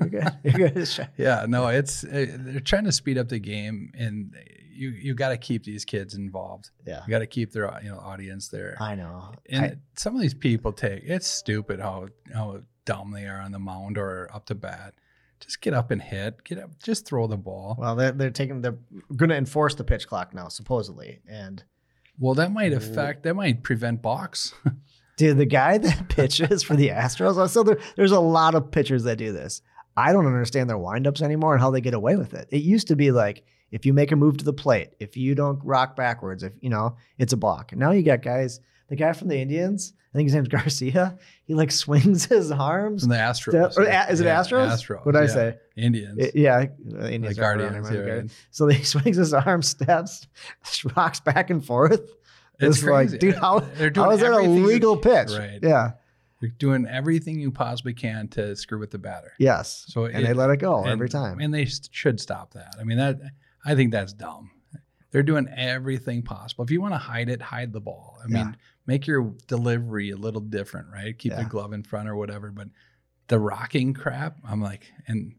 Speaker 3: You're good. You're good.
Speaker 2: yeah, no, it's eh, they're trying to speed up the game and you you got to keep these kids involved.
Speaker 3: yeah,
Speaker 2: You got to keep their you know audience there.
Speaker 3: I know.
Speaker 2: And
Speaker 3: I-
Speaker 2: some of these people take it's stupid how how dumb they are on the mound or up to bat. Just get up and hit. Get up. Just throw the ball. Well,
Speaker 3: Well, they're, they're taking they're going to enforce the pitch clock now, supposedly. And
Speaker 2: that might affect. That might prevent box.
Speaker 3: dude, the guy that pitches for the Astros, so there, there's a lot of pitchers that do this. I don't understand their windups anymore and how they get away with it. It used to be like if you make a move to the plate, if you don't rock backwards, if you know it's a block. Now you got guys. The guy from the Indians, I think his name's Garcia. He like swings his arms.
Speaker 2: From the Astros.
Speaker 3: Or a- is it
Speaker 2: Yeah,
Speaker 3: Astros?
Speaker 2: Astros.
Speaker 3: What did I
Speaker 2: yeah.
Speaker 3: say?
Speaker 2: Indians.
Speaker 3: It- yeah, the
Speaker 2: the
Speaker 3: Indians. aren't around
Speaker 2: Guardians.
Speaker 3: anymore,
Speaker 2: Yeah,
Speaker 3: the Guardians.
Speaker 2: right.
Speaker 3: So he swings his arm, steps, rocks back and forth.
Speaker 2: It's
Speaker 3: It's like,
Speaker 2: crazy.
Speaker 3: dude, how-
Speaker 2: They're doing
Speaker 3: How is that a
Speaker 2: everything you-
Speaker 3: legal pitch?
Speaker 2: Right.
Speaker 3: Yeah.
Speaker 2: You're doing everything you possibly can to screw with the batter.
Speaker 3: Yes.
Speaker 2: So
Speaker 3: and
Speaker 2: it-
Speaker 3: they let it go
Speaker 2: And-
Speaker 3: Oh, every time.
Speaker 2: And they s- should stop that. I mean, that I think that's dumb. They're doing everything possible. If you want to hide it, hide the ball. I mean,
Speaker 3: Yeah.
Speaker 2: make your delivery a little different, right? Keep the
Speaker 3: Yeah.
Speaker 2: glove in front or whatever. But the rocking crap, I'm like, and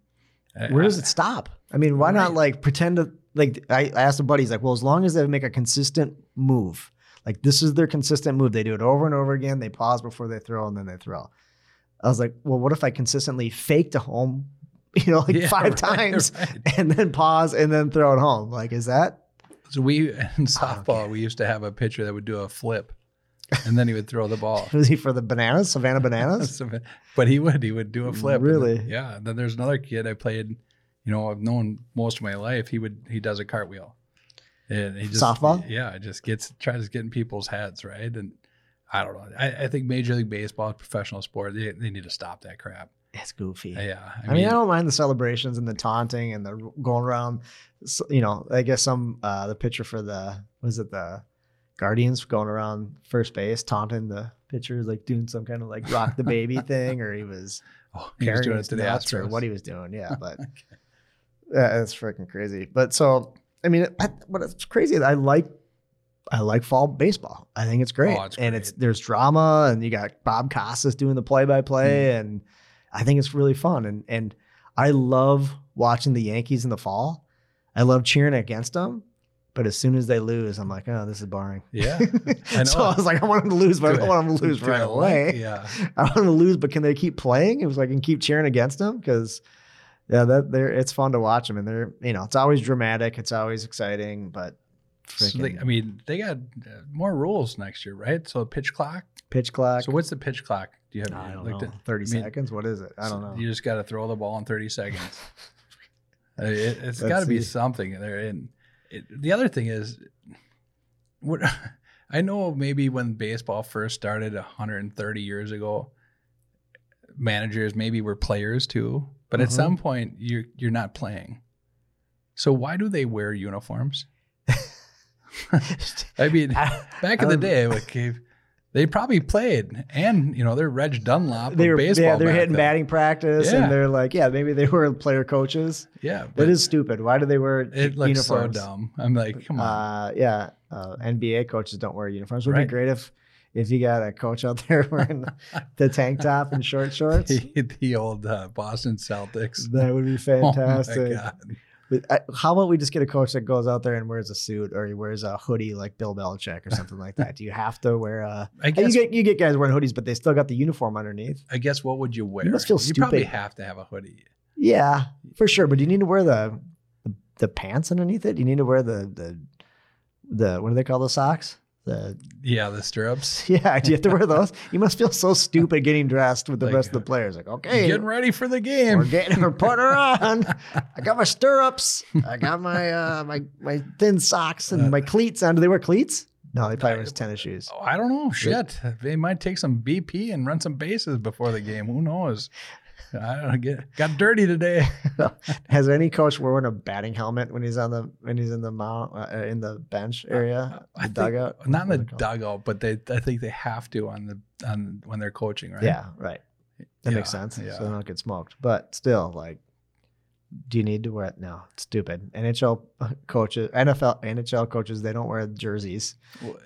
Speaker 2: uh, I-
Speaker 3: Where does
Speaker 2: I-
Speaker 3: it stop? I mean, why not
Speaker 2: Right.
Speaker 3: like pretend to like? I I asked a buddy, he's like, well, as long as they make a consistent move, like this is their consistent move. They do it over and over again. They pause before they throw, and then they throw. I was like, well, what if I consistently faked a home, you know, like
Speaker 2: Yeah,
Speaker 3: five
Speaker 2: right,
Speaker 3: times,
Speaker 2: right.
Speaker 3: and then pause and then throw it home? Like, is that
Speaker 2: So we
Speaker 3: Oh,
Speaker 2: in softball, we used to have a pitcher that would do a flip, and then he would throw the ball.
Speaker 3: was he for the bananas, Savannah bananas?
Speaker 2: So, but he would he would do a flip. and then-
Speaker 3: Really?
Speaker 2: yeah. Then there's another kid I played. You know, I've known most of my life. He would he does a cartwheel. And he just
Speaker 3: Softball?
Speaker 2: Yeah, it just gets tries to get in people's heads, right? And I don't know. I, I think Major League Baseball, professional sport, they, they need to stop that crap.
Speaker 3: That's goofy.
Speaker 2: Yeah,
Speaker 3: I mean, I don't mind the celebrations and the taunting and the r- going around. s you know, I guess some uh, the pitcher for the was it the Guardians going around first base taunting the pitcher, like doing some kind of like rock the baby thing, or he was
Speaker 2: oh, he was
Speaker 3: carrying
Speaker 2: doing it
Speaker 3: his
Speaker 2: to the
Speaker 3: nuts or
Speaker 2: Astros.
Speaker 3: what he was doing. Yeah, but yeah, that's freaking crazy. But so I mean, I, but it's crazy. I like. I like fall baseball. I think it's great.
Speaker 2: Oh, it's
Speaker 3: And it's
Speaker 2: great.
Speaker 3: there's drama and you got Bob Costas doing the play by play
Speaker 2: Hmm.
Speaker 3: and I think it's really fun and and I love watching the Yankees in the fall. I love cheering against them, but as soon as they lose, I'm like, "Oh, this is boring."
Speaker 2: yeah, I
Speaker 3: so
Speaker 2: know.
Speaker 3: I was like, I want them to lose, but I
Speaker 2: Do
Speaker 3: don't
Speaker 2: I-
Speaker 3: want them to lose
Speaker 2: Do
Speaker 3: right
Speaker 2: I like-
Speaker 3: away.
Speaker 2: yeah,
Speaker 3: I want them to lose, but can they keep playing? It was like, I can keep cheering against them because, yeah, that they're it's fun to watch them, and they're you know it's always dramatic, it's always exciting, but freaking
Speaker 2: So they, I mean, they got uh, more rules next year, right? So pitch clock.
Speaker 3: pitch clock.
Speaker 2: So what's the pitch clock? Do you have?
Speaker 3: I don't
Speaker 2: like
Speaker 3: know,
Speaker 2: the-
Speaker 3: thirty
Speaker 2: I mean,
Speaker 3: seconds. What is it? I don't know.
Speaker 2: You just got to throw the ball in 30 seconds. Uh, it, has got to
Speaker 3: That's
Speaker 2: be
Speaker 3: the-
Speaker 2: something there. And it, the other thing is, what I know maybe when baseball first started 130 years ago, managers maybe were players too, but at
Speaker 3: Mhm.
Speaker 2: some point you're you're not playing. So why do they wear uniforms? I mean, back in the
Speaker 3: I'm-
Speaker 2: day, like if- they probably played, and you know they're Reg Dunlop
Speaker 3: they
Speaker 2: of
Speaker 3: were,
Speaker 2: baseball.
Speaker 3: yeah, they're
Speaker 2: back
Speaker 3: hitting
Speaker 2: then.
Speaker 3: batting practice,
Speaker 2: Yeah.
Speaker 3: and they're like, yeah, maybe they were player coaches.
Speaker 2: Yeah,
Speaker 3: That is stupid. Why do they wear
Speaker 2: It looks
Speaker 3: uniforms?
Speaker 2: so dumb. I'm like, come on.
Speaker 3: Uh, yeah, uh, NBA coaches don't wear uniforms. Would
Speaker 2: Right.
Speaker 3: be great if if you got a coach out there wearing the tank top and short shorts.
Speaker 2: the, the old uh, Boston Celtics.
Speaker 3: That would be
Speaker 2: Oh my
Speaker 3: fantastic.
Speaker 2: God.
Speaker 3: But I- how about we just get a coach that goes out there and wears a suit or he wears a hoodie like Bill Belichick or something like that? Do you have to wear a?
Speaker 2: I
Speaker 3: and
Speaker 2: guess.
Speaker 3: you get you get guys wearing hoodies, but they still got the uniform underneath.
Speaker 2: I guess what would you wear?
Speaker 3: must feel
Speaker 2: you probably
Speaker 3: stupid.
Speaker 2: have to have a hoodie.
Speaker 3: Yeah, for sure. But do you need to wear the the, the pants underneath it? Do you need to wear the the the what do they call the socks? The
Speaker 2: Yeah, the stirrups.
Speaker 3: yeah, do you have to wear those? You must feel so stupid getting dressed with the
Speaker 2: Like, uh,
Speaker 3: rest of the players. Like, okay,
Speaker 2: Getting ready for the
Speaker 3: we're
Speaker 2: game.
Speaker 3: getting her put her on. I got my stirrups. I got my uh my my thin socks and my cleats on. Do they wear cleats? No, they probably wear tennis shoes.
Speaker 2: Oh, Uh, I don't know. Shit, they might take some BP and run some bases before the game. Who knows? I don't get got dirty today.
Speaker 3: Has any coach worn a batting helmet when he's on the when he's in the mount uh, in the bench area,
Speaker 2: uh, I
Speaker 3: the
Speaker 2: think-
Speaker 3: dugout?
Speaker 2: Not in
Speaker 3: What
Speaker 2: the
Speaker 3: are they called?
Speaker 2: dugout, but they I think they have to on the on when they're coaching, right?
Speaker 3: Yeah, right. That makes
Speaker 2: Yeah,
Speaker 3: sense.
Speaker 2: yeah.
Speaker 3: So they don't get smoked. But still, like, do you need to wear it? No, it's stupid. NHL coaches, NFL, NHL coaches, they don't wear jerseys.
Speaker 2: Well,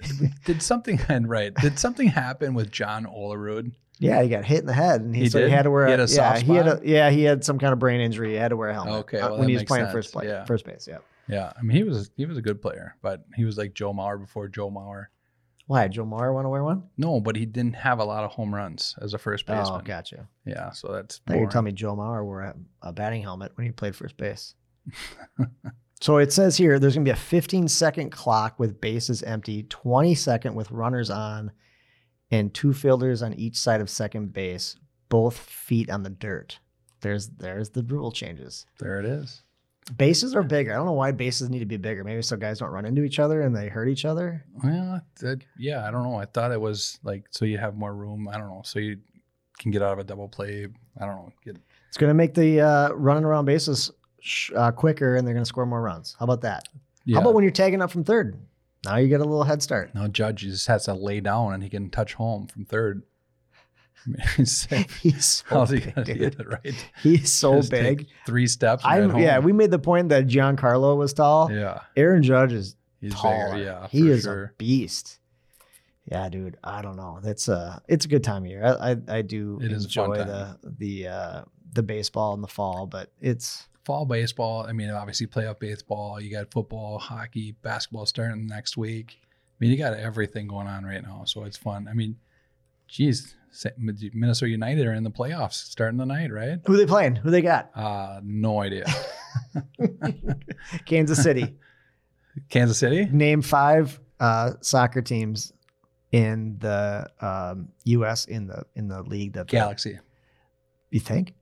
Speaker 2: did something and right? Did something happen with John Olerud?
Speaker 3: Yeah, he got hit in the head, and he,
Speaker 2: He
Speaker 3: so he
Speaker 2: did?
Speaker 3: had to wear.
Speaker 2: He had a
Speaker 3: yeah,
Speaker 2: soft
Speaker 3: he had a,
Speaker 2: spot?
Speaker 3: yeah, he had some kind of brain injury. He had to wear a helmet.
Speaker 2: Okay,
Speaker 3: uh,
Speaker 2: well,
Speaker 3: when
Speaker 2: that
Speaker 3: he was
Speaker 2: makes
Speaker 3: playing
Speaker 2: sense.
Speaker 3: first play,
Speaker 2: Yeah.
Speaker 3: first base. Yeah,
Speaker 2: Yeah, I mean he was he was a good player, but he was like Joe Mauer before Joe Mauer.
Speaker 3: why? Joe Mauer want to wear one?
Speaker 2: No, but he didn't have a lot of home runs as a first baseman.
Speaker 3: Oh, gotcha.
Speaker 2: Yeah, so that's
Speaker 3: I thought you were
Speaker 2: boring.
Speaker 3: telling me Joe Mauer wore a, a batting helmet when he played first base. so it says here there's going to be a 15 second clock with bases empty, 20 second with runners on, and two fielders on each side of second base, both feet on the dirt. There's there's the rule changes.
Speaker 2: there it is.
Speaker 3: Bases are bigger. I don't know why bases need to be bigger. Maybe so guys don't run into each other and they hurt each other.
Speaker 2: Well, that, yeah, I don't know. I thought it was like so you have more room. I don't know, so you can get out of a double play. I don't know. Get,
Speaker 3: It's going to make the uh, running around bases sh- uh, quicker and they're going to score more runs. How about that?
Speaker 2: yeah.
Speaker 3: How about when you're tagging up from third? Now you get a little head start.
Speaker 2: no judge he just has to lay down and he can touch home from third. I mean, he's-
Speaker 3: He's so
Speaker 2: How's he
Speaker 3: big.
Speaker 2: gonna
Speaker 3: Dude.
Speaker 2: get it right?
Speaker 3: He's so
Speaker 2: Just take
Speaker 3: big.
Speaker 2: Three steps. and
Speaker 3: I
Speaker 2: right home.
Speaker 3: yeah, we made the point that Giancarlo was tall.
Speaker 2: yeah.
Speaker 3: Aaron Judge is
Speaker 2: He's
Speaker 3: taller.
Speaker 2: bigger, yeah.
Speaker 3: he
Speaker 2: for
Speaker 3: is
Speaker 2: sure.
Speaker 3: a beast. Yeah, dude. I don't know. That's a it's a good time of year. I I, I do
Speaker 2: It is a fun
Speaker 3: enjoy the
Speaker 2: time.
Speaker 3: the uh, the baseball in the fall, but it's
Speaker 2: fall baseball. I mean, obviously playoff baseball. You got football, hockey, basketball starting next week. I mean, you got everything going on right now, so it's fun. I mean, geez, Sa- Minnesota United are in the playoffs starting tonight, right?
Speaker 3: who they playing? Who they got?
Speaker 2: Uh, no idea.
Speaker 3: Kansas City.
Speaker 2: Kansas City.
Speaker 3: Name five uh, soccer teams in the um, U.S. in the in the league that
Speaker 2: Galaxy.
Speaker 3: You think?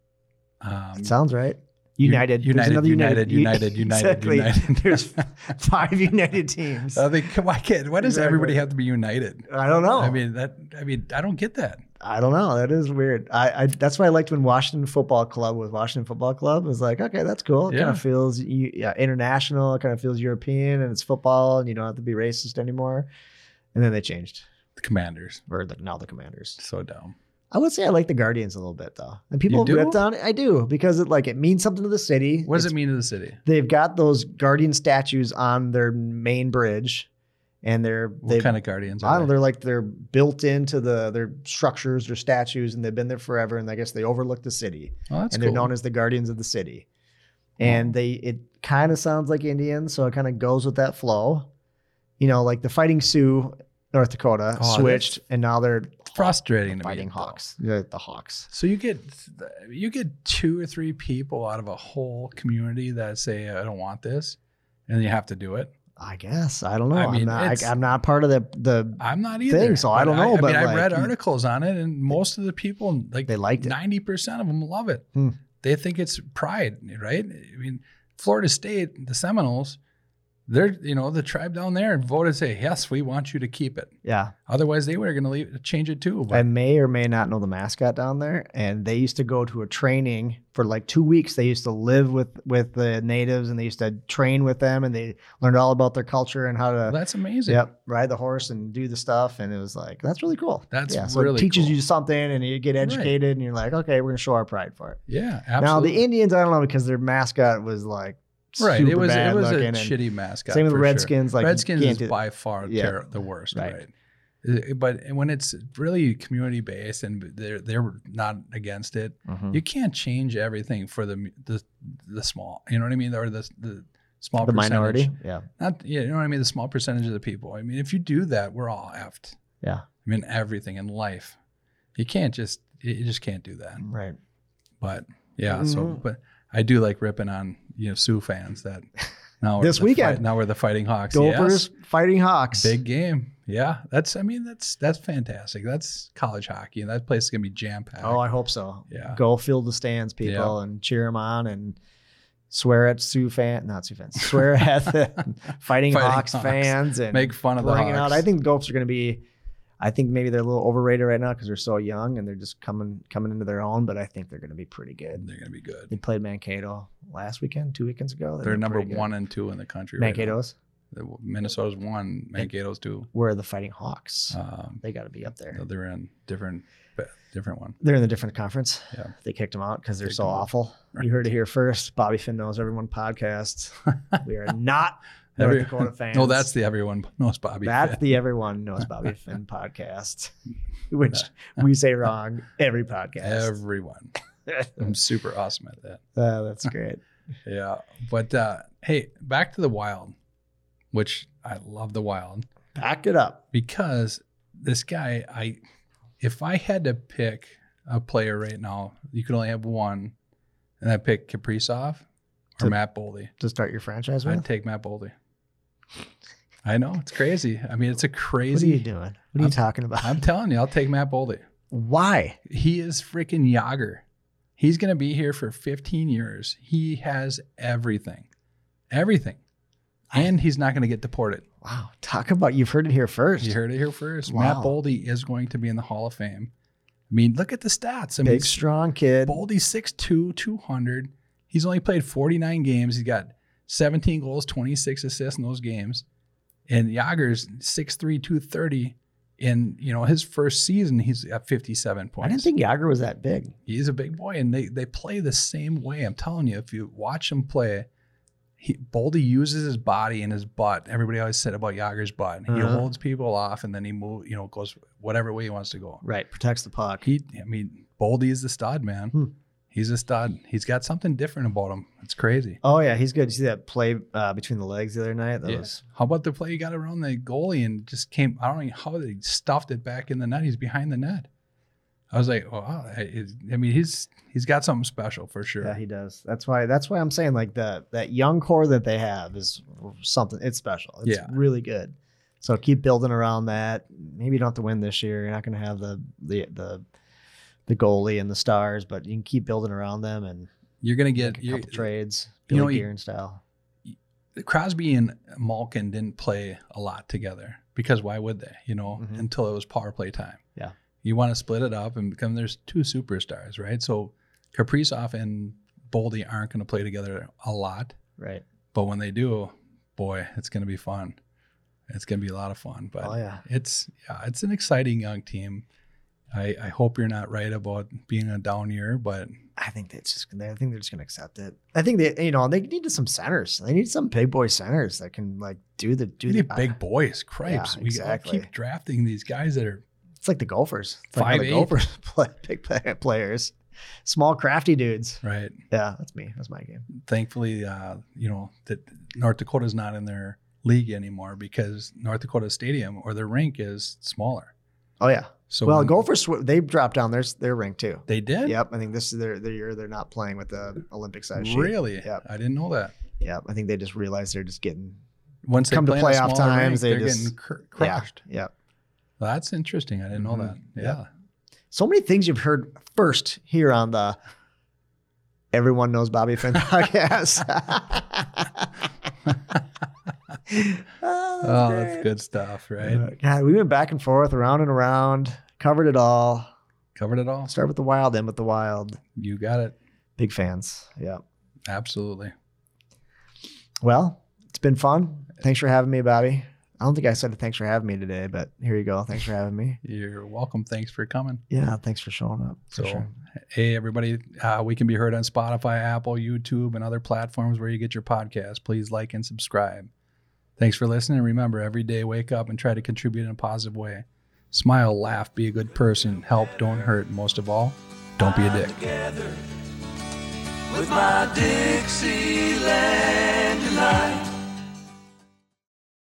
Speaker 2: Um,
Speaker 3: It sounds right. United. There's
Speaker 2: United,
Speaker 3: another
Speaker 2: United,
Speaker 3: U-
Speaker 2: United, United,
Speaker 3: exactly.
Speaker 2: United.
Speaker 3: There's five United teams.
Speaker 2: I think, why can't, why does
Speaker 3: Exactly.
Speaker 2: everybody have to be united?
Speaker 3: I don't know.
Speaker 2: I mean, that, I mean, I don't get that.
Speaker 3: I don't know. That is weird. I, I that's why I liked when Washington Football Club was Washington Football Club. It was like, okay, that's cool. It kind
Speaker 2: Yeah.
Speaker 3: of feels you- yeah, international. It kind of feels European, and it's football, and you don't have to be racist anymore. And then they changed,
Speaker 2: The commanders.
Speaker 3: or the, now the Commanders.
Speaker 2: So dumb.
Speaker 3: I would say I like the Guardians a little bit though. And people
Speaker 2: do?
Speaker 3: ripped on it. I do because it like it means something to the city.
Speaker 2: What does
Speaker 3: It's-
Speaker 2: it mean to the city?
Speaker 3: They've got those Guardian statues on their main bridge, and they're
Speaker 2: What
Speaker 3: they've
Speaker 2: kind of guardians
Speaker 3: I
Speaker 2: are
Speaker 3: don't know.
Speaker 2: they?
Speaker 3: They're like they're built into the their structures, their statues, and they've been there forever. And I guess they overlook the city,
Speaker 2: Oh, that's
Speaker 3: and
Speaker 2: cool.
Speaker 3: they're known as the guardians of the city. And they it kind of sounds like Indian, so it kind of goes with that flow. You know, like the Fighting Sioux, North Dakota,
Speaker 2: Oh,
Speaker 3: switched, and now they're
Speaker 2: frustrating to me.
Speaker 3: fighting
Speaker 2: though.
Speaker 3: hawks. They're the hawks.
Speaker 2: So you get you get two or three people out of a whole community that say I don't want this, and you have to do it.
Speaker 3: I guess I don't know.
Speaker 2: I
Speaker 3: I
Speaker 2: mean,
Speaker 3: am not.
Speaker 2: it's-
Speaker 3: I, am not part of the the.
Speaker 2: I'm not either.
Speaker 3: Thing, so I don't know,
Speaker 2: I,
Speaker 3: but
Speaker 2: mean, I
Speaker 3: like,
Speaker 2: read
Speaker 3: you-
Speaker 2: articles on it, and most of the people like
Speaker 3: They liked it.
Speaker 2: ninety percent of them love it.
Speaker 3: Hmm.
Speaker 2: They think it's pride, right? I mean, Florida State, the Seminoles, they're you know the tribe down there voted say yes, we want you to keep it.
Speaker 3: Yeah,
Speaker 2: Otherwise, they were going to leave, change it too.
Speaker 3: I may or may not know the mascot down there, and they used to go to a training for like two weeks. They used to live with with the natives, and they used to train with them, and they learned all about their culture and how to
Speaker 2: that's amazing.
Speaker 3: uh, yep ride the horse and do the stuff. And it was like that's really cool.
Speaker 2: That's
Speaker 3: so
Speaker 2: really
Speaker 3: it teaches
Speaker 2: cool.
Speaker 3: you something, and you get educated, and you're like, okay, we're gonna show our pride for it.
Speaker 2: Yeah, absolutely.
Speaker 3: Now the Indians, I don't know because their mascot was like
Speaker 2: right.
Speaker 3: super
Speaker 2: It was
Speaker 3: bad
Speaker 2: it was a
Speaker 3: looking. and
Speaker 2: shitty mascot.
Speaker 3: same with
Speaker 2: for
Speaker 3: the
Speaker 2: sure.
Speaker 3: Redskins, like you
Speaker 2: Redskins
Speaker 3: can't
Speaker 2: is
Speaker 3: do-
Speaker 2: by far
Speaker 3: Yeah.
Speaker 2: ter- the worst,
Speaker 3: Right.
Speaker 2: right? Uh, But when it's really community based and they're they're not against it,
Speaker 3: Mhm.
Speaker 2: you can't change everything for the the the small. You know what I mean? Or the the small
Speaker 3: the
Speaker 2: percentage.
Speaker 3: minority, yeah,
Speaker 2: Not yeah, you know what I mean. The small percentage of the people. I mean, if you do that, we're all effed.
Speaker 3: Yeah.
Speaker 2: I mean, everything in life, you can't just you you just can't do that.
Speaker 3: right.
Speaker 2: But yeah, so
Speaker 3: Mhm.
Speaker 2: but I do like ripping on you know Sioux fans that now we're
Speaker 3: This
Speaker 2: the fight-
Speaker 3: weekend.
Speaker 2: now we're the Fighting Hawks.
Speaker 3: Gophers fighting Hawks.
Speaker 2: yes, big game. Yeah, that's I mean that's that's fantastic. That's college hockey, and that place is gonna be jam packed.
Speaker 3: Oh, I hope so.
Speaker 2: Yeah.
Speaker 3: Go fill the stands, people,
Speaker 2: Yeah.
Speaker 3: and cheer them on and swear at Sioux fan, not Sioux fans, swear at the
Speaker 2: Fighting
Speaker 3: Fighting, Hawks,
Speaker 2: Hawks.
Speaker 3: fans and
Speaker 2: Make fun of the
Speaker 3: bring
Speaker 2: Hawks.
Speaker 3: it out. I think the Gophers are going to be. I think maybe they're a little overrated right now because they're so young and they're just coming coming into their own. But I think they're going to be pretty good.
Speaker 2: they're gonna be
Speaker 3: They
Speaker 2: good.
Speaker 3: played Mankato last weekend, two weekends ago. They
Speaker 2: They're
Speaker 3: looked
Speaker 2: number
Speaker 3: pretty good.
Speaker 2: one and two in the country. right now.
Speaker 3: Mankato's.
Speaker 2: The- Minnesota's one. Mankato's two.
Speaker 3: Where are the Fighting Hawks?
Speaker 2: Um,
Speaker 3: they got to be up there.
Speaker 2: no, they're in different different one.
Speaker 3: They're in a different conference.
Speaker 2: Yeah.
Speaker 3: They kicked them out because they're
Speaker 2: Kicked
Speaker 3: so
Speaker 2: 'em out.
Speaker 3: awful.
Speaker 2: Right.
Speaker 3: You heard it here first. Bobby Finn knows everyone podcast. we are not North
Speaker 2: Every-
Speaker 3: Dakota fans.
Speaker 2: No, that's the everyone knows Bobby.
Speaker 3: that's
Speaker 2: Finn.
Speaker 3: the everyone knows Bobby Finn podcast, which we say wrong every podcast.
Speaker 2: everyone. I'm super awesome at that.
Speaker 3: Oh, that's great.
Speaker 2: Yeah. But uh, hey, back to the wild, which I love the wild
Speaker 3: Back it up.
Speaker 2: because this guy, I if I had to pick a player right now, you can only have one, and I pick Kaprizov or
Speaker 3: To-
Speaker 2: Matt Boldy.
Speaker 3: To start your franchise
Speaker 2: I'd
Speaker 3: with.
Speaker 2: take Matt Boldy. I know it's crazy. I mean, it's a
Speaker 3: What are you
Speaker 2: crazy.
Speaker 3: doing? What are you
Speaker 2: I'm-
Speaker 3: talking about?
Speaker 2: I'm telling you, I'll take Matt Boldy.
Speaker 3: Why?
Speaker 2: He is freaking Yager. He's going to be here for 15 years. He has everything, everything. And he's not going to get deported.
Speaker 3: Wow. Talk about you've heard it here first.
Speaker 2: You heard it here first.
Speaker 3: Wow.
Speaker 2: Matt Boldy is going to be in the Hall of Fame. I mean, look at the stats. I mean,
Speaker 3: Big strong kid.
Speaker 2: Boldy's 6'2, 200. He's only played 49 games. He's got 17 goals, 26 assists in those games. And Yager's 6'3, 230. And, you know, his first season, he's at 57 points.
Speaker 3: I didn't think Yager was that big.
Speaker 2: He's a big boy, and they they play the same way. I'm telling you, if you watch him play, he, Boldy uses his body and his butt. Everybody always said about Yager's butt. He
Speaker 3: Uh-huh.
Speaker 2: holds people off and then he move, you know, goes whatever way he wants to go.
Speaker 3: Right. Protects the puck.
Speaker 2: He, I mean, Boldy is the stud, man.
Speaker 3: Hmm.
Speaker 2: He's a stud. He's got something different about him. It's crazy.
Speaker 3: Oh yeah, he's good. You see that play uh, between the legs the other night? That
Speaker 2: Yeah.
Speaker 3: was
Speaker 2: How about the play he got around the goalie and just came? I don't know how they stuffed it back in the net. He's behind the net. I was like, wow. I, it- I mean, he's he's got something special for sure.
Speaker 3: yeah, he does. That's why that's why I'm saying like the that young core that they have is something. It's special. It's
Speaker 2: Yeah.
Speaker 3: really good. So keep building around that. Maybe you don't have to win this year. You're not going to have the the the the goalie and the stars, but you can keep building around them and
Speaker 2: you're gonna
Speaker 3: get
Speaker 2: get
Speaker 3: a
Speaker 2: you're-
Speaker 3: couple trades,
Speaker 2: you
Speaker 3: Billy
Speaker 2: know, you-
Speaker 3: Gearin style.
Speaker 2: Crosby and Malkin didn't play a lot together because why would they? You know,
Speaker 3: Mhm.
Speaker 2: until it was power play time.
Speaker 3: Yeah.
Speaker 2: You want to split it up and become there's two superstars, right? So Kaprizov and Boldy aren't going to play together a lot,
Speaker 3: Right.
Speaker 2: but when they do, boy, it's going to be fun. It's going to be a lot of fun. But
Speaker 3: oh yeah.
Speaker 2: it's yeah, it's an exciting young team. I, I hope you're not right about being a down year, but
Speaker 3: I think that's just I think they're just gonna accept it. I think they you know they need some centers. They need some big boy centers that can like do the do
Speaker 2: we
Speaker 3: the
Speaker 2: need big boys, cripes.
Speaker 3: yeah,
Speaker 2: we all
Speaker 3: exactly.
Speaker 2: keep drafting these guys that are
Speaker 3: It's like the Gophers. It's like how the
Speaker 2: 5'8".
Speaker 3: Gophers play big play- players, small crafty dudes.
Speaker 2: right.
Speaker 3: Yeah, that's me. That's my game.
Speaker 2: thankfully, uh, you know, that North Dakota's not in their league anymore because North Dakota Stadium or their rink is smaller.
Speaker 3: Oh yeah.
Speaker 2: So
Speaker 3: well,
Speaker 2: when-
Speaker 3: Gophers sw- they dropped down their their rank too.
Speaker 2: they did.
Speaker 3: Yep. I think this is their, their year. They're not playing with the Olympic size sheet.
Speaker 2: Really?
Speaker 3: Yep.
Speaker 2: I didn't know that.
Speaker 3: Yep. I think they just realized they're just getting
Speaker 2: Once they
Speaker 3: Come to
Speaker 2: play in a
Speaker 3: playoff
Speaker 2: smaller rink,
Speaker 3: times, they
Speaker 2: they're
Speaker 3: just-
Speaker 2: getting cr- crushed.
Speaker 3: Yeah. Yep.
Speaker 2: Well, that's interesting. I didn't know that.
Speaker 3: Mhm.
Speaker 2: Yeah.
Speaker 3: So many things you've heard first here on the Everyone Knows Bobby Finn podcast.
Speaker 2: Oh, that's good stuff, right?
Speaker 3: Uh, God, we went back and forth, around and around, covered it all.
Speaker 2: Covered it all.
Speaker 3: Start with the wild, end with the wild.
Speaker 2: You got it.
Speaker 3: Big fans. Yeah.
Speaker 2: Absolutely.
Speaker 3: Well, it's been fun. Thanks for having me, Bobby. I don't think I said thanks for having me today, but here you go. Thanks for having me.
Speaker 2: You're welcome. Thanks for coming.
Speaker 3: Yeah, thanks for showing up. For
Speaker 2: So,
Speaker 3: sure.
Speaker 2: hey, everybody, uh, we can be heard on Spotify, Apple, YouTube, and other platforms where you get your podcast. Please like and subscribe. Thanks for listening. Remember, every day, wake up and try to contribute in a positive way. Smile, laugh, be a good person, help, don't hurt. and Most of all, don't be a dick.
Speaker 1: together with my Dixieland delight.